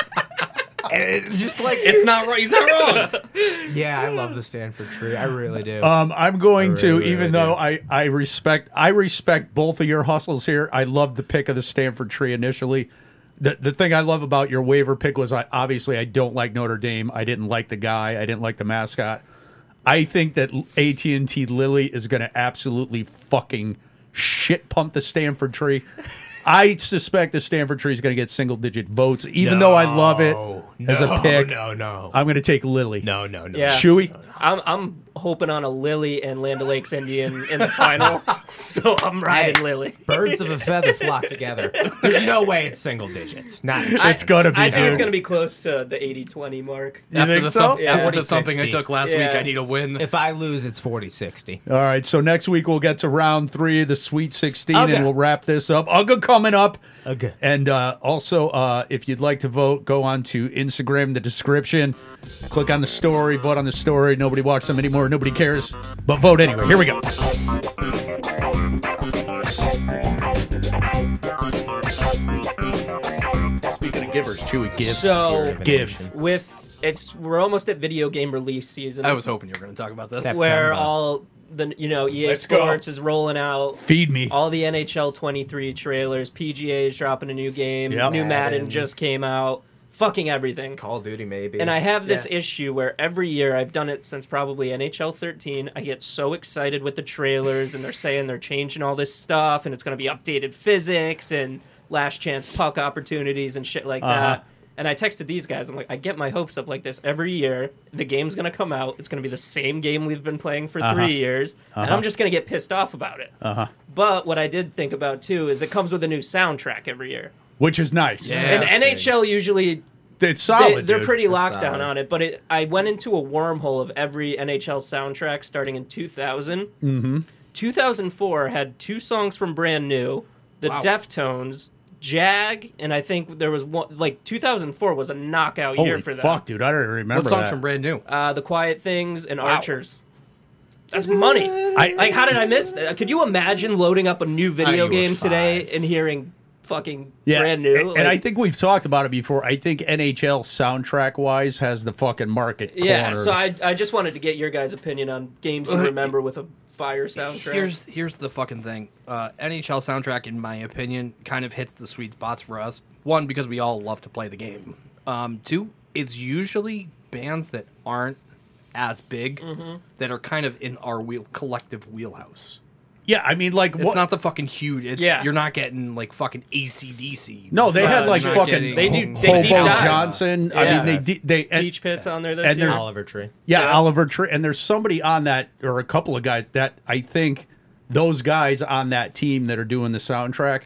Speaker 4: And it just like
Speaker 1: It's not right. He's not wrong.
Speaker 4: yeah, I love the Stanford Tree. I really do.
Speaker 3: Um, I'm going to,
Speaker 4: really,
Speaker 3: even
Speaker 4: really
Speaker 3: though I, I respect I respect both of your hustles here. I love the pick of the Stanford tree initially. The the thing I love about your waiver pick was I obviously I don't like Notre Dame. I didn't like the guy. I didn't like the mascot. I think that AT and T Lily is going to absolutely fucking shit pump the Stanford tree. I suspect the Stanford tree is going to get single digit votes, even though I love it
Speaker 4: No,
Speaker 3: as a
Speaker 4: no,
Speaker 3: pick.
Speaker 4: no, no.
Speaker 3: I'm going to take Lily.
Speaker 4: no, no, no.
Speaker 2: Yeah.
Speaker 3: Chewy.
Speaker 2: I'm I'm hoping on a Lily and Land O'Lakes Indian in the final, so I'm riding Lily.
Speaker 4: Birds of a feather flock together. There's no way it's single digits. Not
Speaker 3: It's going to be.
Speaker 2: I think it's
Speaker 3: dude.
Speaker 2: gonna be close to the 80-20 mark.
Speaker 3: You
Speaker 1: after
Speaker 3: think
Speaker 1: the,
Speaker 3: so?
Speaker 1: thump-
Speaker 2: Yeah.
Speaker 1: after the thumping I
Speaker 4: 40-60.
Speaker 1: took last
Speaker 2: Yeah.
Speaker 1: week, I need a win.
Speaker 4: If I lose, it's 40-60.
Speaker 3: All right, so next week we'll get to round three, the Sweet 16,
Speaker 4: Ugga.
Speaker 3: and we'll wrap this up. Ugga coming up.
Speaker 4: Ugga.
Speaker 3: And uh, also, uh, if you'd like to vote, go on to Instagram, the description, click on the story, vote on the story. Nobody watches them anymore, nobody cares, but vote anyway. Here we go. Speaking of givers, Chewy gives.
Speaker 2: So
Speaker 3: give.
Speaker 2: with it's we're almost at video game release season.
Speaker 1: I was hoping you were going to talk about this.
Speaker 4: That-
Speaker 2: where
Speaker 4: September.
Speaker 2: all the you know EA
Speaker 3: Let's go.
Speaker 2: Sports is rolling out
Speaker 3: Feed me.
Speaker 2: all the NHL 23 trailers. PGA is dropping a new game.
Speaker 3: Yep.
Speaker 2: New Madden
Speaker 4: Madden.
Speaker 2: just came out. Fucking everything.
Speaker 4: Call of Duty, maybe.
Speaker 2: And I have this
Speaker 4: Yeah.
Speaker 2: issue where every year I've done it since probably NHL 13. I get so excited with the trailers, and they're saying they're changing all this stuff, and it's going to be updated physics and last chance puck opportunities and shit
Speaker 4: Uh-huh.
Speaker 2: like that. And I texted these guys. I'm like, I get my hopes up like this every year. The game's going to come out. It's going to be the same game we've been playing for
Speaker 4: Uh-huh.
Speaker 2: three years, and I'm just going to get pissed off about it. Uh-huh. But what I did think about too is it comes with a new soundtrack every year.
Speaker 3: Which is nice.
Speaker 1: Yeah.
Speaker 2: And NHL usually
Speaker 3: It's solid.
Speaker 2: they, are
Speaker 3: dude.
Speaker 2: pretty locked
Speaker 4: solid.
Speaker 2: down on it, but it, I went into a wormhole of every NHL soundtrack starting in 2000. Mm-hmm. 2004 had two songs from Brand New, the
Speaker 1: Wow.
Speaker 2: Deftones, Jag, and I think there was one. Like 2004 was a knockout
Speaker 3: Holy
Speaker 2: year for them.
Speaker 3: fuck, dude. I don't even remember
Speaker 1: What song's
Speaker 3: that.
Speaker 1: from Brand New?
Speaker 2: Uh, the Quiet Things and Archers. That's money.
Speaker 3: I-
Speaker 2: like, how did I miss that? Could you imagine loading up a new
Speaker 4: you
Speaker 2: video
Speaker 4: were
Speaker 2: game today
Speaker 4: five.
Speaker 2: and hearing fucking brand new?
Speaker 3: And, and I
Speaker 2: Like-
Speaker 3: think we've talked about it before. I think NHL soundtrack wise has the fucking market.
Speaker 2: Yeah,
Speaker 3: cornered.
Speaker 2: so I, I just wanted to get your guys' opinion on games you
Speaker 1: Uh,
Speaker 2: remember with a fire soundtrack.
Speaker 1: Here's here's the fucking thing. Uh, NHL soundtrack, in my opinion, kind of hits the sweet spots for us. One, because we all love to play the game. Um, two, it's usually bands that aren't as big
Speaker 2: Mm-hmm.
Speaker 1: that are kind of in our wheel collective wheelhouse.
Speaker 3: yeah, I mean, like
Speaker 1: It's
Speaker 3: what?
Speaker 1: not the fucking huge. It's,
Speaker 2: Yeah.
Speaker 1: You're not getting like fucking ACDC.
Speaker 3: no, they
Speaker 2: Uh,
Speaker 3: had like
Speaker 2: not
Speaker 3: fucking
Speaker 2: They
Speaker 1: getting-
Speaker 2: do- they
Speaker 3: Hobo
Speaker 2: deep dive.
Speaker 3: Johnson. I
Speaker 2: Yeah.
Speaker 3: mean, they de- they and,
Speaker 2: Beach Pits on there this
Speaker 3: and
Speaker 2: year.
Speaker 3: there's-
Speaker 4: Oliver Tree.
Speaker 3: yeah,
Speaker 2: Yeah.
Speaker 3: Oliver Tree, and there's somebody on that or a couple of guys that I think those guys on that team that are doing the soundtrack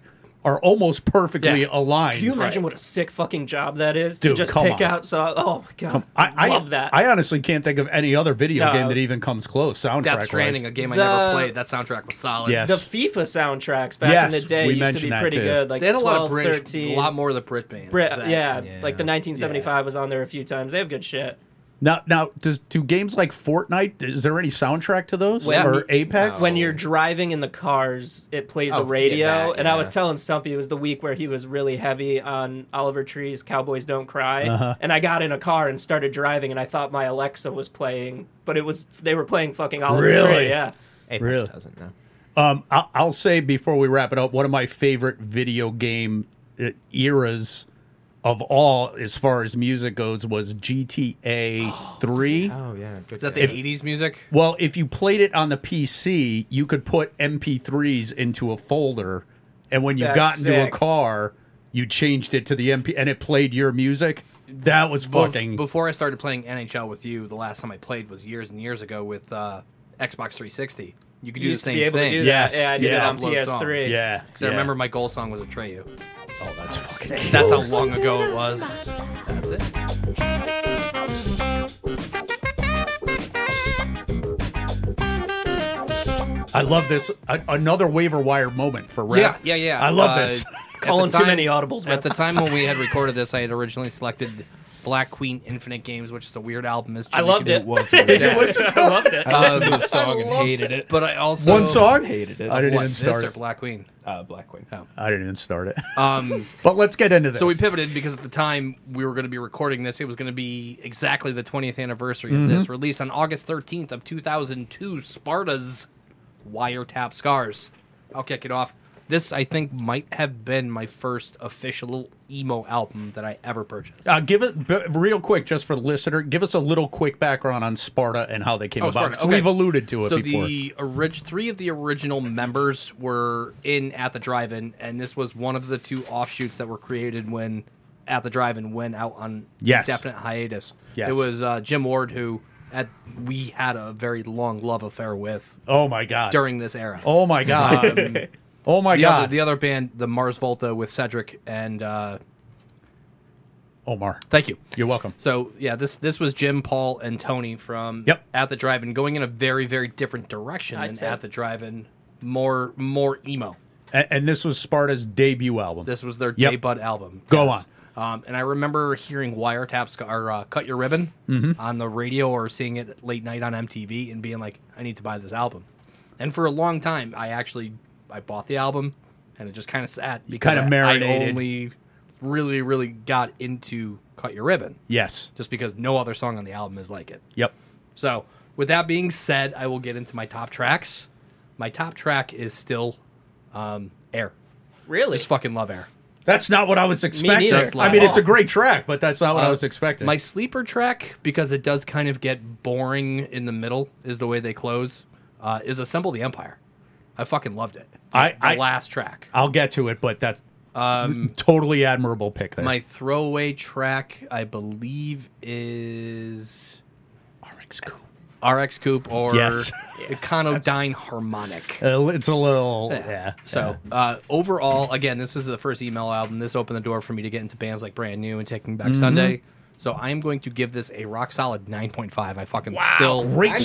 Speaker 3: are almost perfectly
Speaker 1: Yeah.
Speaker 3: aligned.
Speaker 2: Can you imagine what a sick fucking job that is to
Speaker 3: Dude,
Speaker 2: just
Speaker 3: come
Speaker 2: pick
Speaker 3: on.
Speaker 2: out so oh my god.
Speaker 3: I, I
Speaker 2: love that.
Speaker 3: I honestly can't think of any other video
Speaker 2: No.
Speaker 3: game that even comes close soundtrack.
Speaker 1: Death Stranding, a game I
Speaker 2: The-
Speaker 1: never played. That soundtrack was solid.
Speaker 3: Yes.
Speaker 2: the FIFA soundtracks back
Speaker 3: Yes,
Speaker 2: in the day
Speaker 3: we
Speaker 2: used to
Speaker 3: mentioned
Speaker 2: be
Speaker 3: that
Speaker 2: pretty
Speaker 3: too.
Speaker 2: good. Like
Speaker 1: They had a
Speaker 2: 12,
Speaker 1: lot of British,
Speaker 2: 13.
Speaker 1: a lot more of the Brit bands.
Speaker 2: Brit-
Speaker 1: that-
Speaker 2: yeah,
Speaker 4: Yeah.
Speaker 2: like the 1975 was on there a few times. They have good shit.
Speaker 3: Now, now, does do games like Fortnite? Is there any soundtrack to those
Speaker 1: When-
Speaker 3: or Apex?
Speaker 4: No.
Speaker 2: When you're driving in the cars, it plays
Speaker 4: Oh,
Speaker 2: a radio.
Speaker 4: yeah, that,
Speaker 2: And I was
Speaker 4: yeah.
Speaker 2: telling Stumpy it was the week where he was really heavy on Oliver Tree's Cowboys Don't Cry. And I got in a car and started driving, and I thought my Alexa was playing, but it was they were playing fucking Oliver
Speaker 3: Really?
Speaker 2: Tree. Yeah.
Speaker 4: Apex
Speaker 3: Really?
Speaker 4: doesn't know.
Speaker 3: Um, I'll, I'll say before we wrap it up, one of my favorite video game uh, eras of all, as far as music goes, was GTA Three.
Speaker 4: Oh yeah, good
Speaker 1: Is that the
Speaker 4: guess.
Speaker 1: 80s music?
Speaker 3: Well, if you played it on the PC, you could put MP3s into a folder, and when you
Speaker 2: That's
Speaker 3: got into a
Speaker 2: sick.
Speaker 3: car, you changed it to the MP, and it played your music. That was
Speaker 1: Bef-
Speaker 3: fucking.
Speaker 1: Before I started playing NHL with you, the last time I played was years and years ago with uh, Xbox 360. You could do the
Speaker 2: used to
Speaker 1: same
Speaker 2: be able
Speaker 1: thing.
Speaker 2: to do
Speaker 3: Yes,
Speaker 2: that. Yeah, I did
Speaker 3: yeah.
Speaker 2: it on
Speaker 1: Upload
Speaker 2: PS3.
Speaker 1: songs.
Speaker 3: yeah,
Speaker 1: Because
Speaker 3: yeah.
Speaker 1: I remember my goal song was Atreyu.
Speaker 3: Oh, that's fucking.
Speaker 1: That's how long ago it was. That's it.
Speaker 3: I love this. A- another waiver wire moment for rap.
Speaker 1: Yeah, yeah, yeah.
Speaker 3: I love
Speaker 1: Uh,
Speaker 3: this.
Speaker 1: at
Speaker 2: Calling
Speaker 1: the
Speaker 2: too
Speaker 1: time-
Speaker 2: many audibles, man.
Speaker 1: At the time when we had recorded this, I had originally selected Black Queen Infinite Games, which is a weird album. As
Speaker 2: I
Speaker 1: Jimmy
Speaker 2: loved
Speaker 1: Cadu
Speaker 2: it.
Speaker 1: Was
Speaker 2: Did you
Speaker 1: Yeah.
Speaker 2: listen to it? I loved it.
Speaker 6: I listened
Speaker 4: Um,
Speaker 6: to the song and hated it.
Speaker 1: But I also
Speaker 3: One song.
Speaker 6: Hated it.
Speaker 3: I didn't
Speaker 1: What,
Speaker 3: even
Speaker 1: this
Speaker 3: start
Speaker 1: or
Speaker 3: it.
Speaker 1: Black Queen?
Speaker 6: Uh, Black Queen.
Speaker 3: I didn't even start it.
Speaker 1: Um,
Speaker 3: but let's get into this.
Speaker 1: so we pivoted because at the time we were going to be recording this, it was going to be exactly the 20th anniversary of this release on August 13th of 2002. Sparta's Wiretap Scars. I'll kick it off. This I think might have been my first official emo album that I ever purchased.
Speaker 3: Uh, give it b- real quick, just for the listener. Give us a little quick background on Sparta and how they came
Speaker 1: Oh,
Speaker 3: about.
Speaker 1: Sparta,
Speaker 3: 'cause
Speaker 1: okay.
Speaker 3: We've alluded to it
Speaker 1: so
Speaker 3: before.
Speaker 1: the orig- three of the original members were in at the drive-in, and this was one of the two offshoots that were created when at the drive-in went out on
Speaker 3: Yes.
Speaker 1: definite hiatus.
Speaker 3: Yes.
Speaker 1: it was uh, Jim Ward who at we had a very long love affair with
Speaker 3: oh my god!
Speaker 1: during this era.
Speaker 3: oh my god! oh my
Speaker 1: the other,
Speaker 3: god!
Speaker 1: Um, the other band, the Mars Volta with Cedric and uh,
Speaker 3: Omar,
Speaker 1: thank you.
Speaker 3: you're welcome.
Speaker 1: So yeah, this this was Jim, Paul, and Tony from
Speaker 3: Yep.
Speaker 1: at the drive-in, going in a very very different direction
Speaker 2: I'd
Speaker 1: than
Speaker 2: say.
Speaker 1: at the drive-in. More more emo.
Speaker 3: And, and this was Sparta's debut album.
Speaker 1: This was their
Speaker 3: Yep.
Speaker 1: debut album.
Speaker 3: Go
Speaker 1: on. Um, and I remember hearing Wiretap Sc- or uh, Cut Your Ribbon
Speaker 3: Mm-hmm.
Speaker 1: on the radio or seeing it late night on MTV and being like, I need to buy this album. And for a long time, I actually I bought the album and it just kind of sat because
Speaker 3: kinda
Speaker 1: I-
Speaker 3: marinated.
Speaker 1: I only really really got into Cut Your Ribbon
Speaker 3: yes.
Speaker 1: just because no other song on the album is like it.
Speaker 3: Yep.
Speaker 1: So, with that being said, I will get into my top tracks. My top track is still um, Air.
Speaker 2: really?
Speaker 1: Just fucking love Air.
Speaker 3: That's not what I was expecting.
Speaker 2: neither.
Speaker 3: I mean, it's a great track, but that's not what I was expecting.
Speaker 1: Uh, My sleeper track, because it does kind of get boring in the middle, is the way they close, uh, is Assemble the Empire. I fucking loved it.
Speaker 3: I-
Speaker 1: the
Speaker 3: I-
Speaker 1: last track.
Speaker 3: I'll get to it, but that's totally admirable pick there.
Speaker 1: Um, My throwaway track, I believe, is
Speaker 3: RX Coupe.
Speaker 1: RX Coupe or
Speaker 3: Yes.
Speaker 1: Econodyne Harmonic.
Speaker 3: Uh, it's a little yeah.
Speaker 1: So uh, overall, again, this was the first email album. This opened the door for me to get into bands like Brand New and Taking
Speaker 3: Mm-hmm.
Speaker 1: Back Sunday. So I am going to give this a rock solid 9.5. I fucking still
Speaker 3: Great
Speaker 1: love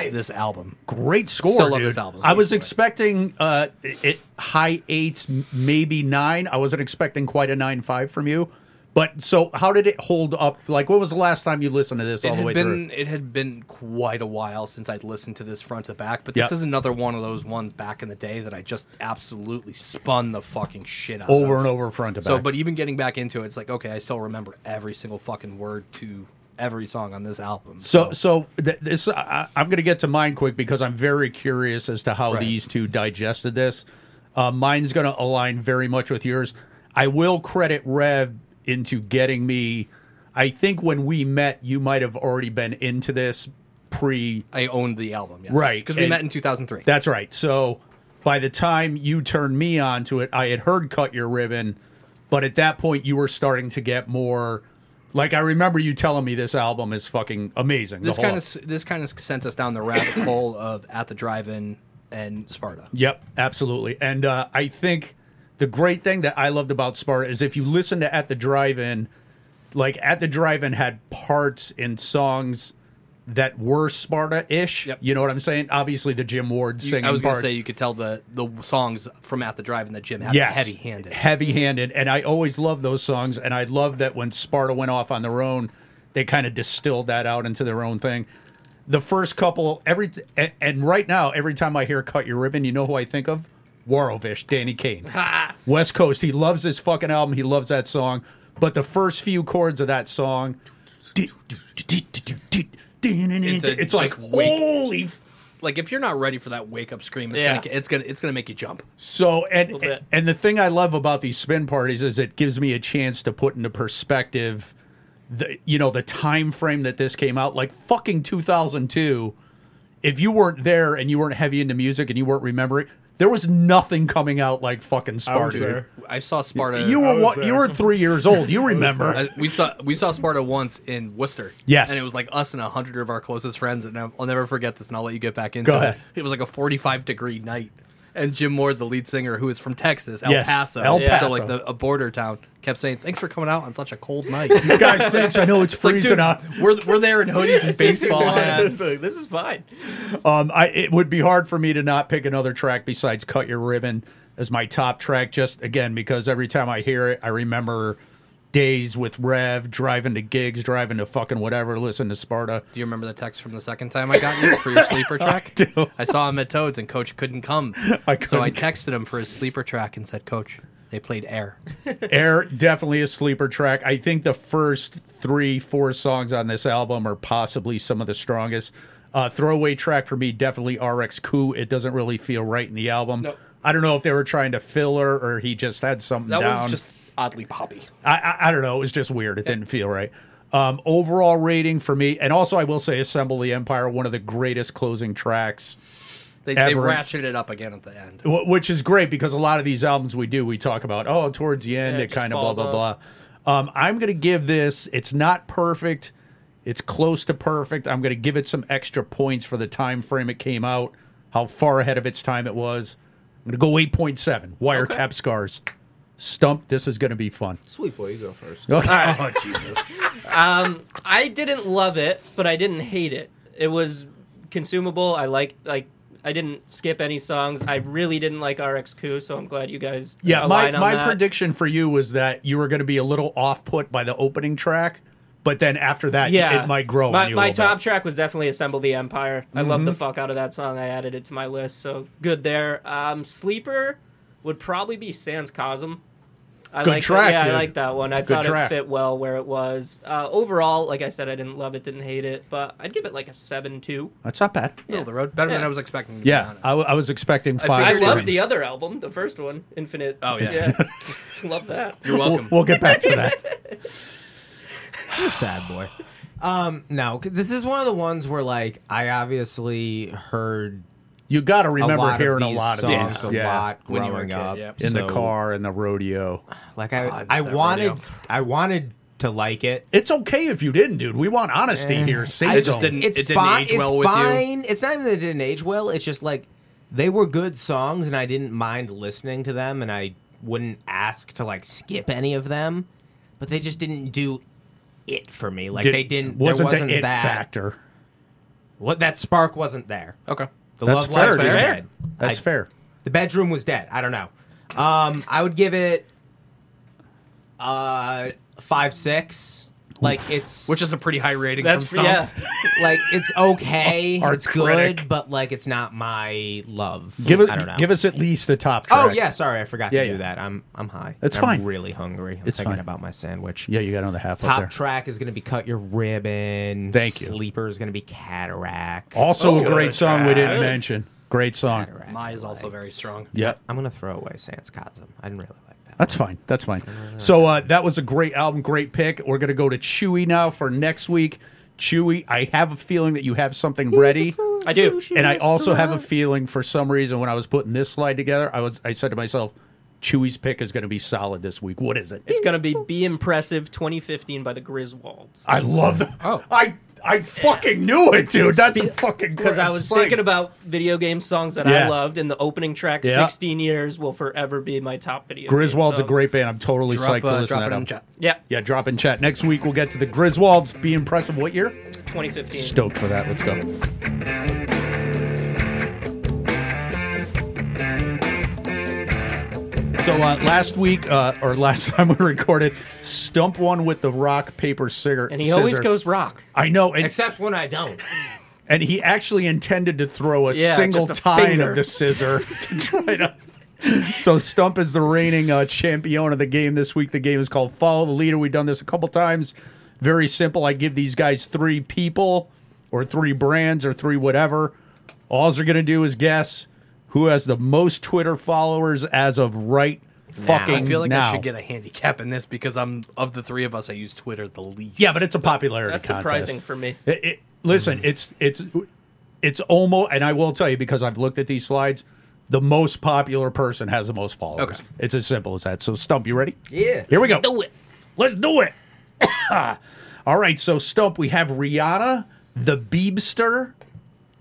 Speaker 3: score.
Speaker 1: this album.
Speaker 3: great score.
Speaker 1: Still love
Speaker 3: dude.
Speaker 1: this album.
Speaker 3: I was
Speaker 1: Great
Speaker 3: expecting uh, it, high eights, m- maybe nine. I wasn't expecting quite a nine five from you. But so, how did it hold up? Like, when was the last time you listened to this all
Speaker 1: it
Speaker 3: the
Speaker 1: had
Speaker 3: way
Speaker 1: been
Speaker 3: through?
Speaker 1: it had been quite a while since I'd listened to this front to back, but this
Speaker 3: Yeah.
Speaker 1: is another one of those ones back in the day that I just absolutely spun the fucking shit out
Speaker 3: Over
Speaker 1: of.
Speaker 3: and over, front to back.
Speaker 1: So, but even getting back into it, it's like okay, I still remember every single fucking word to every song on this album.
Speaker 3: so, so th- this I, I'm going to get to mine quick because I'm very curious as to how
Speaker 1: Right.
Speaker 3: these two digested this. Uh, mine's going to align very much with yours. I will credit Rev into getting me. I think when we met, you might have already been into this pre
Speaker 1: I owned the album, yes.
Speaker 3: Right,
Speaker 1: Because we
Speaker 3: and-
Speaker 1: met in 2003.
Speaker 3: That's right. So by the time you turned me on to it, I had heard Cut Your Ribbon, but at that point you were starting to get more like I remember you telling me this album is fucking amazing. the
Speaker 1: this
Speaker 3: whole
Speaker 1: kind
Speaker 3: al-
Speaker 1: of this kind of sent us down the rabbit hole of at the drive-in and Sparta.
Speaker 3: Yep, absolutely. And uh, I think the great thing that I loved about Sparta is if you listen to At the Drive In, like At the Drive In had parts and songs that were Sparta ish.
Speaker 1: Yep.
Speaker 3: You know what I'm saying? Obviously the Jim Ward singing
Speaker 1: I was going to
Speaker 3: parts.
Speaker 1: say you could tell the the songs from at the drive-in that Jim had
Speaker 3: yes.
Speaker 1: heavy-handed.
Speaker 3: Heavy-handed, and I always loved those songs. And I love that when Sparta went off on their own, they kind of distilled that out into their own thing. The first couple, every and, and right now, every time I hear "Cut Your Ribbon," you know who I think of? Warovish, Danny Kane, West Coast. He loves this fucking album. He loves that song. But the first few chords of that song, it's like
Speaker 1: just wake-
Speaker 3: holy
Speaker 1: like if you're not ready for that wake up scream, it's
Speaker 2: Yeah.
Speaker 1: gonna it's gonna it's gonna make you jump.
Speaker 3: So
Speaker 2: Little
Speaker 3: and
Speaker 2: bit.
Speaker 3: and the thing I love about these spin parties is it gives me a chance to put into perspective the you know the time frame that this came out like fucking 2002 if you weren't there and you weren't heavy into music and you weren't remembering there was nothing coming out like fucking Sparta.
Speaker 7: there.
Speaker 1: I saw Sparta.
Speaker 3: You
Speaker 7: I
Speaker 3: were
Speaker 7: was
Speaker 3: what? You
Speaker 7: there.
Speaker 3: were 3 years old. You remember.
Speaker 1: Uh, we saw we saw Sparta once in Worcester.
Speaker 3: Yes.
Speaker 1: and it was like us and a hundred of our closest friends, and I'll, I'll never forget this. And I'll let you get back into
Speaker 3: Go
Speaker 1: it.
Speaker 3: ahead.
Speaker 1: It was like a forty-five degree night, and Jim Moore, the lead singer, who is from Texas, El
Speaker 3: Yes,
Speaker 1: Paso,
Speaker 3: El
Speaker 1: so
Speaker 3: Paso.
Speaker 1: like the, a border town, kept saying, "Thanks for coming out on such a cold night."
Speaker 3: Guys, thanks. I know it's
Speaker 1: It's like,
Speaker 3: freezing
Speaker 1: dude,
Speaker 3: out.
Speaker 1: we're we're there in hoodies and baseball hats.
Speaker 2: this is fine.
Speaker 3: Um, I it would be hard for me to not pick another track besides "Cut Your Ribbon" as my top track. Just again because every time I hear it, I remember days with Rev driving to gigs, driving to fucking whatever, listen to Sparta.
Speaker 1: Do you remember the text from the second time I got you for your sleeper track? I, saw him at Toads and Coach couldn't come.
Speaker 3: I
Speaker 1: So I
Speaker 3: couldn't.
Speaker 1: texted him for his sleeper track and said, Coach, they played air.
Speaker 3: Air definitely a sleeper track. I think the first three, four songs on this album are possibly some of the strongest. Uh, throwaway track for me, definitely RX Coup. It doesn't really feel right in the album.
Speaker 1: Nope.
Speaker 3: I don't know if they were trying to fill her or he just had something
Speaker 1: That
Speaker 3: down.
Speaker 1: one's just oddly poppy.
Speaker 3: I, I, I don't know. It was just weird. It didn't feel right. Um, overall rating for me, and also I will say, "Assemble the Empire," one of the greatest closing tracks,
Speaker 1: They, they
Speaker 3: Ever.
Speaker 1: ratcheted it up again at the end.
Speaker 3: wh- which is great because a lot of these albums we do, we talk about, oh, towards the end,
Speaker 2: Yeah, it
Speaker 3: it,
Speaker 2: just
Speaker 3: kind of blah
Speaker 2: falls
Speaker 3: blah blah. Um, I'm gonna give this. It's not perfect. It's close to perfect. I'm gonna give it some extra points for the time frame it came out, how far ahead of its time it was. I'm gonna go 8.7. Wiretap scars. Stump. This is gonna be fun.
Speaker 4: Sweet boy, you go first.
Speaker 3: Oh Jesus.
Speaker 2: I didn't love it, but I didn't hate it. It was consumable. I like like I didn't skip any songs. I really didn't like RX Coup, so I'm glad you guys
Speaker 3: Yeah, my,
Speaker 2: align on
Speaker 3: my
Speaker 2: that.
Speaker 3: prediction for you was that you were going to be a little off put by the opening track, but then after that,
Speaker 2: yeah,
Speaker 3: it might grow.
Speaker 2: My,
Speaker 3: on you a
Speaker 2: my
Speaker 3: little Mm-hmm.
Speaker 2: top track was definitely "Assemble the Empire." I love the fuck out of that song. I added it to my list, so good there. Um, sleeper would probably be Sans Cosm. I
Speaker 3: Good
Speaker 2: like
Speaker 3: track,
Speaker 2: yeah,
Speaker 3: dude.
Speaker 2: I like that one. I
Speaker 3: Good
Speaker 2: thought
Speaker 3: track.
Speaker 2: it fit well where it was. Uh, overall, like I said, I didn't love it, didn't hate it, but I'd give it like a seven two.
Speaker 3: Bit. That's not bad.
Speaker 1: Middle of the road. Better than
Speaker 2: Yeah.
Speaker 1: I was expecting. To
Speaker 3: Yeah,
Speaker 1: Be
Speaker 3: I,
Speaker 1: honest.
Speaker 3: w- I was expecting five.
Speaker 2: I
Speaker 1: figured-
Speaker 3: screen.
Speaker 2: love the other album, the first one, Infinite.
Speaker 1: Oh, yeah.
Speaker 2: love that.
Speaker 1: You're welcome.
Speaker 3: We'll, we'll get back to that.
Speaker 4: You sad boy. Um, no, 'cause this is one of the ones where like I obviously heard
Speaker 3: You got to
Speaker 4: a
Speaker 3: remember
Speaker 4: lot
Speaker 3: hearing
Speaker 4: of
Speaker 3: a
Speaker 4: these
Speaker 3: lot of
Speaker 4: songs
Speaker 3: these.
Speaker 4: a
Speaker 3: yeah.
Speaker 4: lot
Speaker 1: When you were a
Speaker 4: growing
Speaker 1: kid,
Speaker 4: up
Speaker 1: yep.
Speaker 3: in the
Speaker 4: so,
Speaker 3: car in the rodeo.
Speaker 4: Like
Speaker 1: God, I
Speaker 4: I,
Speaker 1: miss
Speaker 4: I
Speaker 1: that
Speaker 4: wanted,
Speaker 1: rodeo.
Speaker 4: I wanted to like it.
Speaker 3: It's okay if you didn't, dude. We want honesty
Speaker 4: Eh.
Speaker 3: here. Safe
Speaker 1: I just
Speaker 3: zone.
Speaker 1: didn't-
Speaker 4: It's
Speaker 1: It
Speaker 4: fine.
Speaker 1: age
Speaker 4: It's
Speaker 1: well with you.
Speaker 4: fine. It's not even that it didn't age well. It's just like they were good songs, and I didn't mind listening to them, and I wouldn't ask to like skip any of them, but they just didn't do it for me. Like
Speaker 3: Did-
Speaker 4: they didn't.
Speaker 3: Wasn't,
Speaker 4: there wasn't
Speaker 3: the it
Speaker 4: that
Speaker 3: factor?
Speaker 4: What that spark wasn't there.
Speaker 1: okay.
Speaker 4: The
Speaker 3: That's
Speaker 4: love life
Speaker 3: fair,
Speaker 4: was
Speaker 3: dude.
Speaker 4: dead.
Speaker 3: That's
Speaker 4: I-
Speaker 3: fair.
Speaker 4: The bedroom was dead. I don't know. Um, I would give it uh five six. Like it's
Speaker 1: Which is a pretty high rating.
Speaker 2: That's
Speaker 1: from Stomp.
Speaker 2: yeah.
Speaker 4: like it's okay.
Speaker 3: Our
Speaker 4: it's
Speaker 3: critic.
Speaker 4: good, but like it's not my love.
Speaker 3: Give it.
Speaker 4: I don't know.
Speaker 3: Give us at least a top. Track.
Speaker 4: Oh yeah, sorry, I forgot
Speaker 3: Yeah,
Speaker 4: to do
Speaker 3: yeah.
Speaker 4: that. I'm I'm high.
Speaker 3: It's
Speaker 4: I'm
Speaker 3: fine.
Speaker 4: Really hungry. I'm
Speaker 3: It's
Speaker 4: thinking
Speaker 3: fine.
Speaker 4: about my sandwich.
Speaker 3: yeah. You got another half up
Speaker 4: Top
Speaker 3: there.
Speaker 4: track is gonna be cut your ribbon.
Speaker 3: Thank you.
Speaker 4: Sleeper is gonna be cataract.
Speaker 3: Also, a
Speaker 2: Oh,
Speaker 3: great
Speaker 2: good
Speaker 3: song we didn't
Speaker 2: track.
Speaker 3: mention. Great song.
Speaker 4: Cataract
Speaker 1: My is also
Speaker 4: Lights.
Speaker 1: very strong.
Speaker 3: Yep.
Speaker 4: I'm gonna throw away Sans Cosm. I didn't really like that.
Speaker 3: That's fine. That's fine. So uh, that was a great album, great pick. We're gonna go to Chewy now for next week. Chewy, I have a feeling that you have something ready,
Speaker 2: I do.
Speaker 3: and I also have a feeling for some reason when I was putting this slide together, I was I said to myself, Chewy's pick is gonna be solid this week. What is it?
Speaker 2: It's gonna be "Be Impressive" 2015 by the Griswolds.
Speaker 3: I love that.
Speaker 1: Oh.
Speaker 3: I I fucking knew it, dude. That's a
Speaker 2: Spe-
Speaker 3: fucking
Speaker 2: Because I
Speaker 3: great
Speaker 2: was
Speaker 3: slide.
Speaker 2: thinking about video game songs that
Speaker 3: Yeah.
Speaker 2: I loved, and the opening track
Speaker 3: Yeah.
Speaker 2: "16 Years" will forever be my top video. game
Speaker 3: Griswold's a
Speaker 2: song.
Speaker 3: great band. I'm totally psyched
Speaker 1: Drop,
Speaker 3: to
Speaker 1: uh,
Speaker 3: listen
Speaker 1: drop
Speaker 3: to
Speaker 1: it
Speaker 3: that.
Speaker 1: in
Speaker 3: album.
Speaker 1: chat.
Speaker 2: Yeah,
Speaker 3: Yeah, drop in chat. Next week we'll get to the Griswolds. Be impressive. What year?
Speaker 2: 2015.
Speaker 3: Stoked for that. Let's go. So uh, last week, uh, or last time we recorded, stump one with the rock paper cigar.
Speaker 2: and he always
Speaker 3: scissor.
Speaker 2: goes rock.
Speaker 3: I know, and,
Speaker 4: Except when I don't.
Speaker 3: and he actually intended to throw a
Speaker 2: Yeah,
Speaker 3: single
Speaker 2: just a
Speaker 3: tine
Speaker 2: finger.
Speaker 3: of the scissor to try to. So Stump is the reigning uh, champion of the game this week. The game is called Follow the Leader. We've done this a couple times. Very simple. I give these guys three people, or three brands, or three whatever. All they're going to do is guess who has the most Twitter followers as of right fucking
Speaker 1: I feel like
Speaker 3: now.
Speaker 1: I should get a handicap in this because I'm of the three of us. I use Twitter the least.
Speaker 3: yeah, but it's a popularity
Speaker 2: That's
Speaker 3: contest.
Speaker 2: surprising for me.
Speaker 3: It, it, listen, it's it's it's almost, and I will tell you because I've looked at these slides. The most popular person has the most followers.
Speaker 1: Okay.
Speaker 3: It's as simple as that. So, Stump, you ready?
Speaker 4: Yeah.
Speaker 3: Here we go.
Speaker 2: Do it.
Speaker 3: Let's do it. All right. So, Stump, we have Rihanna, the Beebster,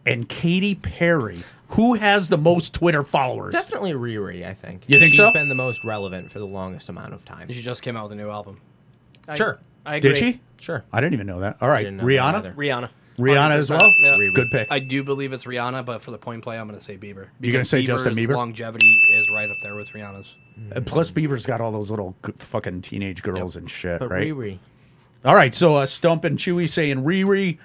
Speaker 3: and Katy Perry. Who has the most Twitter followers?
Speaker 4: Definitely Riri, I think.
Speaker 3: You think
Speaker 4: She's
Speaker 3: so?
Speaker 4: been the most relevant for the longest amount of time.
Speaker 1: she just came out with a new album.
Speaker 2: I,
Speaker 4: Sure.
Speaker 2: I agree.
Speaker 3: Did she?
Speaker 4: Sure.
Speaker 3: I didn't even know that. All right.
Speaker 4: didn't know that
Speaker 3: Rihanna.
Speaker 4: either.
Speaker 2: Rihanna.
Speaker 3: Rihanna as
Speaker 2: 100%.
Speaker 3: well.
Speaker 2: Oh, Yeah.
Speaker 4: Riri.
Speaker 3: Good pick.
Speaker 1: I do believe it's Rihanna, but for the point play, I'm going to say Bieber.
Speaker 3: You're gonna
Speaker 1: Because
Speaker 3: say Justin
Speaker 1: Bieber's
Speaker 3: Bieber?
Speaker 1: Longevity is right up there with Rihanna's.
Speaker 3: And Plus, Bieber's got all those little g- fucking teenage girls and shit,
Speaker 4: But
Speaker 3: right?
Speaker 4: Riri.
Speaker 3: All right. So, uh, Stump and Chewy saying Riri,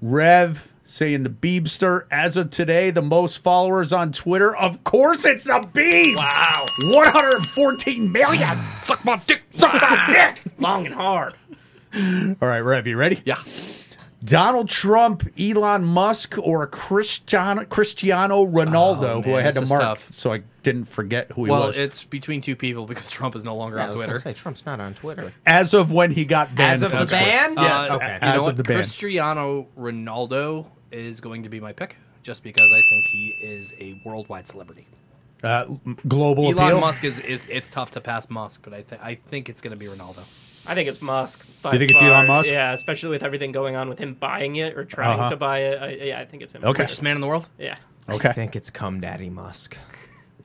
Speaker 3: Rev saying the Beebster. As of today, the most followers on Twitter. Of course, it's the Beebs. Wow. 114 million.
Speaker 2: Suck my dick.
Speaker 3: Suck my dick.
Speaker 2: Long and hard.
Speaker 3: All right, Rev, you ready?
Speaker 1: Yeah.
Speaker 3: Donald Trump, Elon Musk, or Cristiano, Cristiano Ronaldo, who I
Speaker 1: man,
Speaker 3: had to
Speaker 1: this is
Speaker 3: mark
Speaker 1: tough.
Speaker 3: so I didn't forget who he
Speaker 1: Well,
Speaker 3: was.
Speaker 1: it's between two people because Trump is no longer
Speaker 4: Yeah, I
Speaker 1: on
Speaker 4: was gonna
Speaker 1: Twitter.
Speaker 4: Say, Trump's not on Twitter.
Speaker 3: as of when he got banned.
Speaker 4: As of
Speaker 3: from
Speaker 4: the
Speaker 3: Twitter.
Speaker 4: ban?
Speaker 3: Yes,
Speaker 4: Uh,
Speaker 3: a-
Speaker 4: okay.
Speaker 3: as
Speaker 1: you know
Speaker 3: of
Speaker 1: what?
Speaker 3: the ban.
Speaker 1: Cristiano Ronaldo is going to be my pick just because I think he is a worldwide celebrity.
Speaker 3: Uh, global
Speaker 1: Elon
Speaker 3: appeal.
Speaker 1: Musk is, is it's tough to pass Musk, but I think I think it's going to be Ronaldo.
Speaker 2: I think it's Musk. by
Speaker 3: You think it's
Speaker 2: far.
Speaker 3: Elon Musk?
Speaker 2: Yeah, especially with everything going on with him buying it or trying
Speaker 3: Uh-huh.
Speaker 2: to buy it. I, yeah, I think it's him.
Speaker 3: Okay.
Speaker 1: Richest man in the world.
Speaker 2: Yeah.
Speaker 4: I
Speaker 3: Okay.
Speaker 4: think it's cum daddy Musk.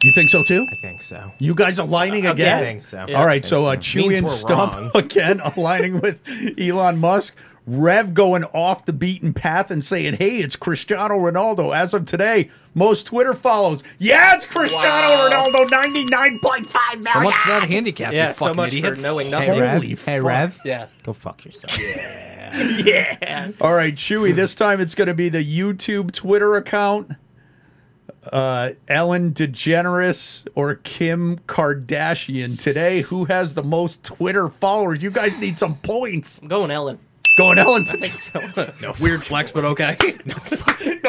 Speaker 3: You think so too?
Speaker 4: I think so.
Speaker 3: You guys aligning
Speaker 4: Uh, I
Speaker 3: again?
Speaker 4: think so.
Speaker 3: All right,
Speaker 4: I think
Speaker 3: so uh,
Speaker 4: Means
Speaker 3: Chewy and
Speaker 4: we're
Speaker 3: Stump
Speaker 4: wrong.
Speaker 3: again aligning with Elon Musk. Rev going off the beaten path and saying, "Hey, it's Cristiano Ronaldo." As of today, most Twitter follows. Yeah, it's Cristiano Ronaldo, ninety nine point five
Speaker 1: So
Speaker 3: million.
Speaker 1: much for that handicap.
Speaker 2: Yeah,
Speaker 1: you
Speaker 2: so
Speaker 1: fucking
Speaker 2: much
Speaker 1: idiots.
Speaker 2: for knowing nothing.
Speaker 4: Hey, Rev.
Speaker 3: Holy
Speaker 4: Hey,
Speaker 3: fuck.
Speaker 4: Rev.
Speaker 1: Yeah.
Speaker 4: Go fuck yourself.
Speaker 2: Yeah.
Speaker 3: All right,
Speaker 4: Hmm.
Speaker 3: Chewy. This time it's going to be the YouTube Twitter account. Uh, Ellen DeGeneres or Kim Kardashian today? Who has the most Twitter followers? You guys need some points.
Speaker 2: I'm going Ellen.
Speaker 3: Going Ellen. De-
Speaker 1: Weird flex, but okay.
Speaker 3: no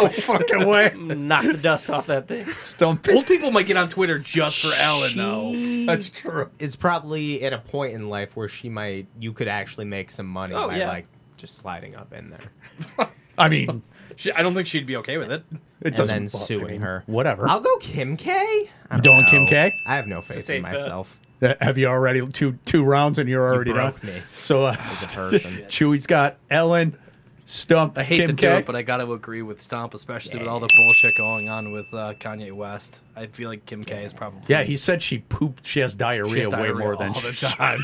Speaker 3: fucking way.
Speaker 2: Knock the dust off that thing.
Speaker 3: Stump
Speaker 1: Old people might get on Twitter just for Ellen, though.
Speaker 4: She
Speaker 3: That's true.
Speaker 4: Is probably at a point in life where she might, you could actually make some money
Speaker 2: Oh,
Speaker 4: by
Speaker 2: yeah.
Speaker 4: like just sliding up in there
Speaker 3: I mean,
Speaker 1: She, I don't think she'd be okay with it.
Speaker 3: it
Speaker 4: and
Speaker 3: doesn't.
Speaker 4: then
Speaker 3: well, I
Speaker 4: suing
Speaker 3: mean,
Speaker 4: her.
Speaker 3: Whatever.
Speaker 4: I'll go Kim K. I
Speaker 3: You
Speaker 4: don't
Speaker 3: doing Kim
Speaker 4: know.
Speaker 3: K?
Speaker 4: I have no faith in
Speaker 2: safe bet.
Speaker 4: myself.
Speaker 3: Uh, Have you already two two rounds and you're already done?
Speaker 4: broke me
Speaker 3: So uh,
Speaker 4: a person.
Speaker 3: Chewy's got Ellen, Stump,
Speaker 1: I hate
Speaker 3: Kim
Speaker 1: to do
Speaker 3: K.
Speaker 1: it, but I got to agree with Stomp, especially with all the bullshit going on with uh, Kanye West. I feel like Kim K is probably
Speaker 3: yeah, he said she pooped. She has diarrhea
Speaker 1: She has diarrhea
Speaker 3: way more than
Speaker 1: all the
Speaker 3: she-
Speaker 1: time.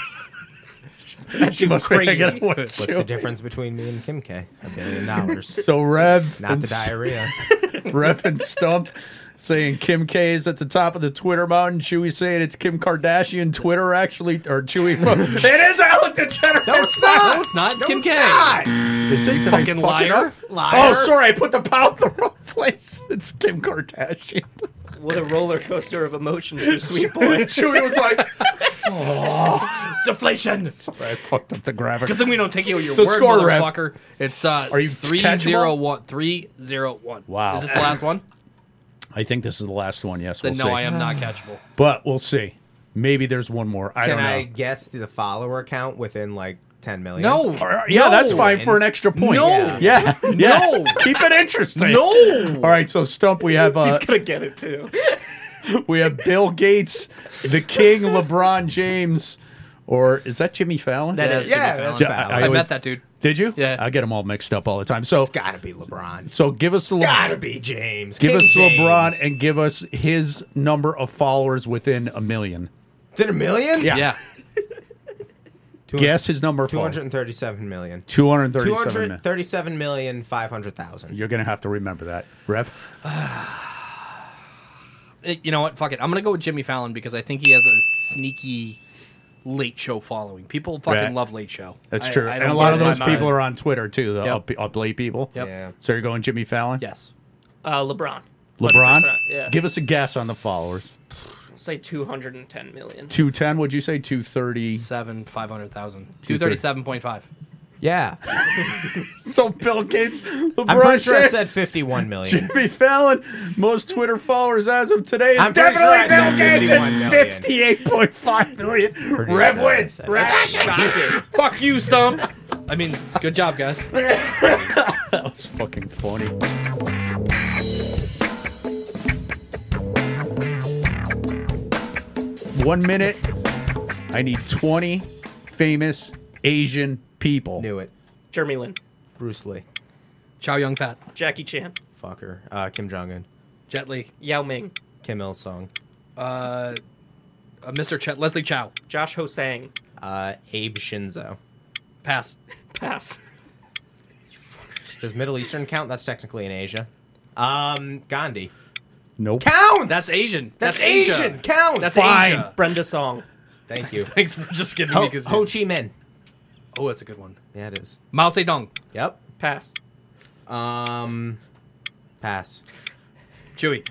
Speaker 3: she must
Speaker 2: crazy.
Speaker 3: crazy. It away
Speaker 4: What's the difference between me and Kim K? A billion dollars.
Speaker 3: So Rev
Speaker 4: Not
Speaker 3: and
Speaker 4: the
Speaker 3: S-
Speaker 4: diarrhea.
Speaker 3: Rev and Stump saying Kim K is at the top of the Twitter mountain. Chewy saying it's Kim Kardashian. Twitter actually or Chewy. it is Ellen DeGeneres.
Speaker 4: No, it's not.
Speaker 1: No, it's not. Kim K.
Speaker 3: Is it that I
Speaker 1: Fucking
Speaker 3: fuck it
Speaker 1: liar.
Speaker 3: up? Oh, sorry, I put the pound in the wrong place. It's Kim Kardashian.
Speaker 2: What a roller coaster of emotions, you sweet boy.
Speaker 3: Chewy was like,
Speaker 1: Deflation.
Speaker 3: I fucked up the graphic.
Speaker 1: Good thing we don't take you at your
Speaker 3: So
Speaker 1: word,
Speaker 3: score, Rev.
Speaker 1: motherfucker. It's uh,
Speaker 3: Are you
Speaker 1: three
Speaker 3: catchable?
Speaker 1: zero one three zero one.
Speaker 3: Wow.
Speaker 1: Is this the last one?
Speaker 3: I think this is the last one. Yes,
Speaker 1: Then
Speaker 3: we'll
Speaker 1: no,
Speaker 3: see.
Speaker 1: I am not catchable.
Speaker 3: But we'll see. Maybe there's one more. I
Speaker 4: Can
Speaker 3: don't know.
Speaker 4: I guess the follower count within like 10 million?
Speaker 1: No.
Speaker 3: Yeah,
Speaker 1: No.
Speaker 3: that's fine for an extra point.
Speaker 1: No.
Speaker 3: Yeah. yeah.
Speaker 1: No.
Speaker 3: Keep it interesting.
Speaker 1: No.
Speaker 3: All right. So Stump, we have uh,
Speaker 2: He's gonna get it too.
Speaker 3: we have Bill Gates, the King, LeBron James, or is that Jimmy Fallon?
Speaker 1: That
Speaker 4: Yeah,
Speaker 1: is Jimmy
Speaker 4: that's
Speaker 1: Fallon.
Speaker 4: foul.
Speaker 3: I-
Speaker 1: I,
Speaker 3: always-
Speaker 1: bet that dude.
Speaker 3: Did you?
Speaker 1: Yeah.
Speaker 3: I get them all mixed up all the time. So
Speaker 4: it's gotta be LeBron.
Speaker 3: so give us the
Speaker 4: Gotta be James.
Speaker 3: Give
Speaker 4: King
Speaker 3: us
Speaker 4: James.
Speaker 3: LeBron and give us his number of followers within a million.
Speaker 4: Did a million?
Speaker 3: Yeah.
Speaker 1: Yeah.
Speaker 4: Two-
Speaker 3: Guess his number of followers.
Speaker 4: 237 million.
Speaker 3: 237. million.
Speaker 4: 237 million 500,000.
Speaker 3: You're going to have to remember that, Rev.
Speaker 1: Eh, You know what? Fuck it. I'm gonna go with Jimmy Fallon because I think he has a sneaky late show following. People fucking
Speaker 3: Right.
Speaker 1: love late show.
Speaker 3: That's
Speaker 1: I-
Speaker 3: true.
Speaker 1: I
Speaker 3: and
Speaker 1: don't
Speaker 3: a lot of
Speaker 1: lose my
Speaker 3: those people
Speaker 1: mind.
Speaker 3: are on Twitter too, the
Speaker 1: Yep.
Speaker 3: up, up late people.
Speaker 1: Yep.
Speaker 4: Yeah.
Speaker 3: So you're going Jimmy Fallon?
Speaker 1: Yes.
Speaker 2: Uh, LeBron.
Speaker 3: LeBron?
Speaker 2: 100%, yeah.
Speaker 3: Give us a guess on the followers.
Speaker 2: Say 210 million.
Speaker 3: 210, would you say? 230.
Speaker 1: Seven five hundred thousand. Two thirty seven point five.
Speaker 4: Yeah.
Speaker 3: So Bill Gates,
Speaker 4: I'm
Speaker 3: LeBron
Speaker 4: pretty sure I
Speaker 3: James,
Speaker 4: said 51 million.
Speaker 3: Jimmy Fallon, most Twitter followers as of today.
Speaker 4: I'm pretty
Speaker 3: definitely
Speaker 4: sure I
Speaker 3: Bill
Speaker 4: said
Speaker 3: Gates
Speaker 4: 51
Speaker 3: at
Speaker 4: million.
Speaker 3: fifty-eight point five million.
Speaker 4: Pretty sure
Speaker 3: Rev
Speaker 4: I
Speaker 3: wins.
Speaker 4: said
Speaker 3: Rev.
Speaker 2: Shocking.
Speaker 1: Fuck you, Stump. I mean, good job, guys.
Speaker 3: It's fucking funny. One minute. I need twenty famous Asian people.
Speaker 4: Knew it.
Speaker 2: Jeremy Lin,
Speaker 4: Bruce Lee.
Speaker 1: Chow Young Fat,
Speaker 2: Jackie Chan,
Speaker 4: Fucker. Uh, Kim Jong Un.
Speaker 1: Jet Li,
Speaker 2: Yao Ming,
Speaker 4: Kim Il Sung.
Speaker 1: uh, uh, Mr. Ch- Leslie Chow.
Speaker 2: Josh Ho Sang,
Speaker 4: Uh, Abe Shinzo.
Speaker 1: Pass.
Speaker 2: pass.
Speaker 4: Does Middle Eastern count? That's technically in Asia. Um, Gandhi.
Speaker 3: Nope.
Speaker 4: Counts!
Speaker 1: That's Asian.
Speaker 4: That's,
Speaker 1: Asia.
Speaker 4: Asian! Counts!
Speaker 1: That's
Speaker 3: Fine.
Speaker 1: Asia.
Speaker 2: Brenda Song,
Speaker 4: Thank you.
Speaker 1: Thanks for just giving me.
Speaker 4: Ho,
Speaker 1: 'cause-
Speaker 4: Ho Chi Minh.
Speaker 1: oh, that's a good one.
Speaker 4: Yeah, it is.
Speaker 1: Mao Zedong.
Speaker 4: Yep.
Speaker 2: pass.
Speaker 4: Um, pass.
Speaker 1: Chewy.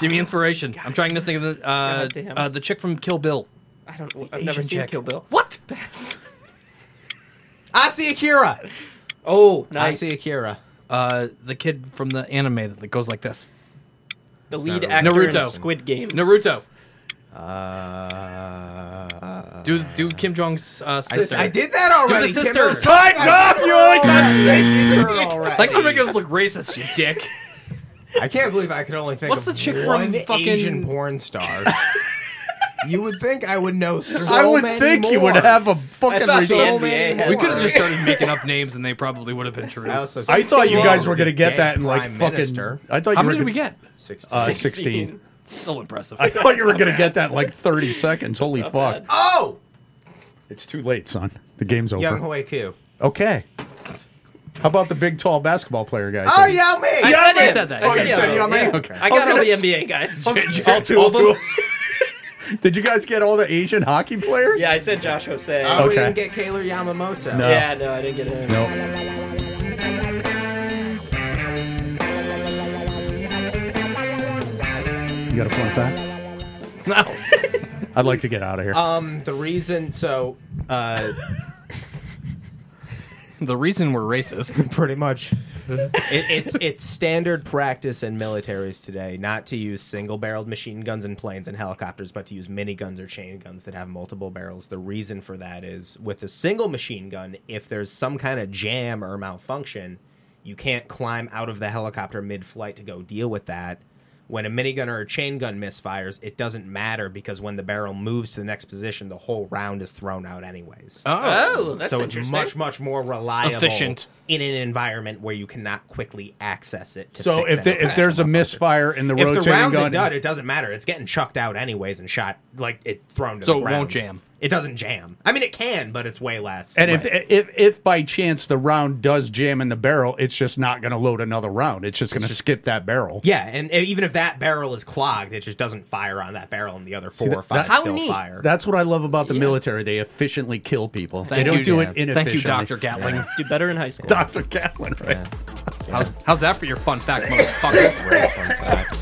Speaker 1: Give me inspiration. I'm trying to think of the uh,
Speaker 2: God Ah. damn.
Speaker 1: uh, the chick from Kill Bill.
Speaker 2: I don't. I've never
Speaker 1: Asian
Speaker 2: seen
Speaker 1: chick.
Speaker 2: Kill Bill.
Speaker 1: What?
Speaker 2: Pass.
Speaker 4: Asi Akira.
Speaker 2: Oh, nice.
Speaker 4: Asi Akira.
Speaker 1: Uh, the kid from the anime that goes like this.
Speaker 2: The lead
Speaker 4: not
Speaker 2: actor in
Speaker 1: Naruto.
Speaker 2: Squid Games.
Speaker 1: Naruto.
Speaker 4: Uh,
Speaker 1: Do do Kim Jong's uh,
Speaker 4: I,
Speaker 1: sister.
Speaker 4: I did that
Speaker 1: Do
Speaker 4: already.
Speaker 1: the
Speaker 4: Kim
Speaker 1: sister.
Speaker 4: Il Sung.
Speaker 3: Time's up. You only got six.
Speaker 1: Thanks for making us look racist, you dick.
Speaker 4: I can't believe I could only think
Speaker 1: What's
Speaker 4: of
Speaker 1: the chick from
Speaker 4: one
Speaker 1: fucking-
Speaker 4: Asian porn star. you would think I would know so
Speaker 3: I would
Speaker 4: many
Speaker 3: think you would
Speaker 4: more.
Speaker 3: have a fucking.
Speaker 2: thought
Speaker 3: result.
Speaker 2: the
Speaker 4: so
Speaker 2: NBA
Speaker 4: many
Speaker 2: had
Speaker 1: We
Speaker 4: more.
Speaker 1: could have just started making up names, and they probably would have been true.
Speaker 4: I also
Speaker 3: I
Speaker 4: think
Speaker 3: thought you
Speaker 4: wrong
Speaker 3: guys were
Speaker 4: with
Speaker 3: gonna get
Speaker 4: gay
Speaker 3: that in like
Speaker 4: prime
Speaker 3: fucking.
Speaker 4: minister.
Speaker 3: I thought
Speaker 1: How
Speaker 3: you were
Speaker 1: many did
Speaker 3: gonna,
Speaker 1: we get?
Speaker 3: Uh,
Speaker 4: 60.
Speaker 3: 16.
Speaker 1: Still impressive.
Speaker 3: I thought you were
Speaker 2: not
Speaker 3: gonna
Speaker 2: bad.
Speaker 3: get that in like thirty seconds. Holy fuck!
Speaker 2: bad.
Speaker 4: Oh,
Speaker 3: It's too late, son. The game's over.
Speaker 4: Young Hoi Koo.
Speaker 3: Okay. How about the big tall basketball player guy?
Speaker 4: Oh, Yao Ming.
Speaker 2: I said,
Speaker 1: I
Speaker 2: it.
Speaker 1: said that.
Speaker 2: I
Speaker 1: I
Speaker 2: said,
Speaker 1: said
Speaker 2: yeah.
Speaker 3: said Yao Ming?
Speaker 2: Yeah.
Speaker 3: Okay.
Speaker 2: I
Speaker 3: I was
Speaker 2: got all
Speaker 3: gonna
Speaker 2: the
Speaker 3: s-
Speaker 2: NBA guys.
Speaker 3: All two of them. Did you guys get all the Asian hockey players?
Speaker 2: Yeah, I said Josh Ho Sang.
Speaker 4: Oh, we
Speaker 3: Okay.
Speaker 4: didn't get Kaylor Yamamoto.
Speaker 3: No.
Speaker 2: Yeah, no, I didn't get it.
Speaker 3: No. You got a fun fact?
Speaker 1: No.
Speaker 3: I'd like to get out of here.
Speaker 4: Um, the reason so uh,
Speaker 1: the reason we're racist.
Speaker 4: pretty much it, it's it's standard practice in militaries today not to use single-barreled machine guns and planes and helicopters but to use miniguns or chain guns that have multiple barrels the reason for that is with a single machine gun if there's some kind of jam or malfunction you can't climb out of the helicopter mid-flight to go deal with that when a minigun or a chain gun misfires it doesn't matter because when the barrel moves to the next position the whole round is thrown out anyways
Speaker 2: Oh, that's
Speaker 4: so it's
Speaker 2: interesting.
Speaker 4: much much more reliable
Speaker 1: Efficient.
Speaker 4: in an environment where you cannot quickly access it to
Speaker 3: so
Speaker 4: fix
Speaker 3: if,
Speaker 4: any
Speaker 3: the, if there's a
Speaker 4: problem.
Speaker 3: misfire in the
Speaker 4: if
Speaker 3: rotating
Speaker 4: the round's
Speaker 3: gun,
Speaker 4: a dud, it doesn't matter. It's getting chucked out anyways and shot like it thrown to
Speaker 1: So
Speaker 4: the
Speaker 1: it won't
Speaker 4: ground.
Speaker 1: jam.
Speaker 4: It doesn't jam. I mean, it can, but it's way less.
Speaker 3: and if,
Speaker 4: Right.
Speaker 3: if if by chance the round does jam in the barrel, it's just not going to load another round. It's just going to skip that barrel.
Speaker 4: yeah, and and even if that barrel is clogged, it just doesn't fire on that barrel, and the other four or five
Speaker 3: that- How
Speaker 4: still
Speaker 2: neat.
Speaker 4: fire.
Speaker 3: That's what I love about the military. They efficiently kill people.
Speaker 1: Thank
Speaker 3: they don't
Speaker 1: you,
Speaker 3: do
Speaker 1: Dan.
Speaker 3: it
Speaker 1: Thank
Speaker 3: inefficiently.
Speaker 1: you, Doctor Gatling.
Speaker 2: Do better in high school.
Speaker 3: Dr. Gatlin, right?
Speaker 1: How's, how's that for your fun fact, motherfucker?
Speaker 4: Great fun fact.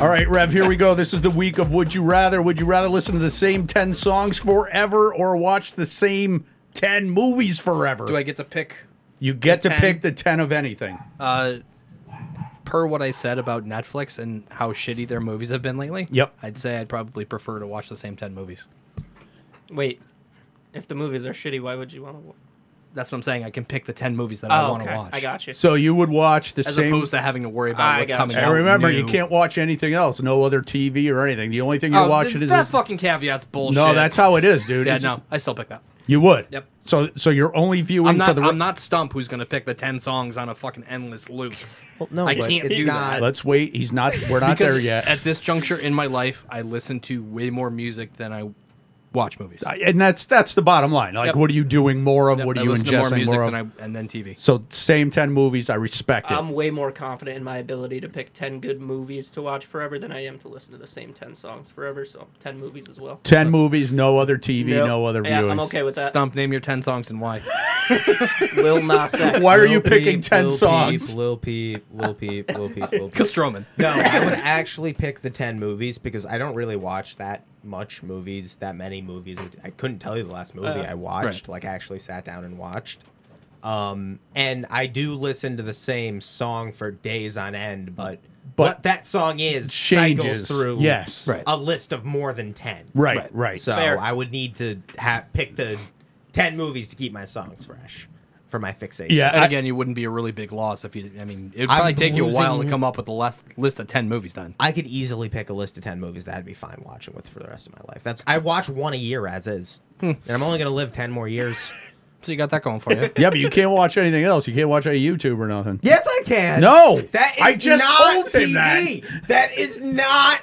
Speaker 3: All right, Rev, here we go. This is the week of Would You Rather. Would you rather listen to the same 10 songs forever or watch the same 10 movies forever?
Speaker 1: Do I get to pick
Speaker 3: you get
Speaker 1: the
Speaker 3: to
Speaker 1: 10?
Speaker 3: pick the 10 of anything.
Speaker 1: uh, per what I said about Netflix and how shitty their movies have been lately?
Speaker 3: Yep.
Speaker 1: I'd say I'd probably prefer to watch the same ten movies.
Speaker 2: Wait, if the movies are shitty, why would you want to? Watch?
Speaker 1: That's what I'm saying. I can pick the ten movies that I
Speaker 2: Oh,
Speaker 1: want to
Speaker 2: okay.
Speaker 1: watch.
Speaker 2: I got you.
Speaker 3: so you would watch the
Speaker 1: As
Speaker 3: same.
Speaker 1: opposed to having to worry about
Speaker 2: I
Speaker 1: what's
Speaker 2: got
Speaker 1: coming
Speaker 2: you.
Speaker 1: out.
Speaker 3: and remember, you
Speaker 1: new.
Speaker 3: can't watch anything else. No other TV or anything. The only thing you're
Speaker 1: Oh,
Speaker 3: watching
Speaker 1: th-
Speaker 3: is
Speaker 1: that
Speaker 3: this.
Speaker 1: fucking caveat's bullshit.
Speaker 3: No, that's how it is, dude.
Speaker 1: Yeah,
Speaker 3: It's-
Speaker 1: no, I still pick that.
Speaker 3: You would.
Speaker 1: Yep.
Speaker 3: So, so you're only viewing
Speaker 1: I'm not.
Speaker 3: for the.
Speaker 1: I'm not Stump, who's gonna pick the ten songs on a fucking endless loop.
Speaker 4: Well, no,
Speaker 1: I
Speaker 4: but
Speaker 1: can't
Speaker 4: it's
Speaker 1: do
Speaker 4: not.
Speaker 3: Let's wait. He's not. We're not there
Speaker 1: Because
Speaker 3: yet.
Speaker 1: At this juncture in my life, I listen to way more music than I watch movies.
Speaker 3: I- and that's that's the bottom line. Like,
Speaker 1: Yep.
Speaker 3: what are you doing more of?
Speaker 1: Yep,
Speaker 3: what are
Speaker 1: I
Speaker 3: you
Speaker 1: listen to more
Speaker 3: ingesting
Speaker 1: music
Speaker 3: more, of?
Speaker 1: than I, and then TV.
Speaker 3: so same ten movies. I respect it.
Speaker 2: I'm way more confident in my ability to pick 10 good movies to watch forever than I am to listen to the same 10 songs forever. So 10 movies as well.
Speaker 3: ten movies, no other TV,
Speaker 2: Nope.
Speaker 3: no other
Speaker 2: Yeah, I'm
Speaker 3: viewing.
Speaker 2: okay with that.
Speaker 1: Stump, name your ten songs and why.
Speaker 2: Lil Nas X.
Speaker 3: Why are you
Speaker 4: Lil
Speaker 3: picking
Speaker 4: Peep,
Speaker 3: 10
Speaker 4: Lil
Speaker 3: songs?
Speaker 4: Peep, Lil Peep, Lil Peep, Lil Peep, Lil Peep.
Speaker 1: Because Stroman.
Speaker 4: No, I would actually pick the 10 movies because I don't really watch that much movies, that many movies. I couldn't tell you the last movie
Speaker 2: Uh,
Speaker 4: I watched,
Speaker 1: right.
Speaker 4: like actually sat down and watched. Um, and I do listen to the same song for days on end, but,
Speaker 3: But
Speaker 4: what that song is
Speaker 3: changes.
Speaker 4: cycles through
Speaker 3: Yes.
Speaker 1: Right.
Speaker 4: a list of more than 10.
Speaker 3: Right, right.
Speaker 1: Right.
Speaker 4: So
Speaker 2: Fair.
Speaker 4: I would need to ha- pick the 10 movies to keep my songs fresh for my fixation.
Speaker 3: Yeah,
Speaker 1: And
Speaker 3: I-
Speaker 1: again, you wouldn't be a really big loss if you. I mean, it'd
Speaker 4: I'm
Speaker 1: probably take you a while to
Speaker 4: losing-
Speaker 1: come up with the last list of ten movies. Then
Speaker 4: I could easily pick a list of ten movies that I'd be fine watching with for the rest of my life. That's I watch one a year as is, and I'm only gonna live ten more years.
Speaker 1: so you got that going for you.
Speaker 3: yeah, but you can't watch anything else. You can't watch any YouTube or nothing.
Speaker 4: yes, I can.
Speaker 3: No!
Speaker 4: that is
Speaker 3: I just
Speaker 4: not
Speaker 3: told him
Speaker 4: TV. that is not.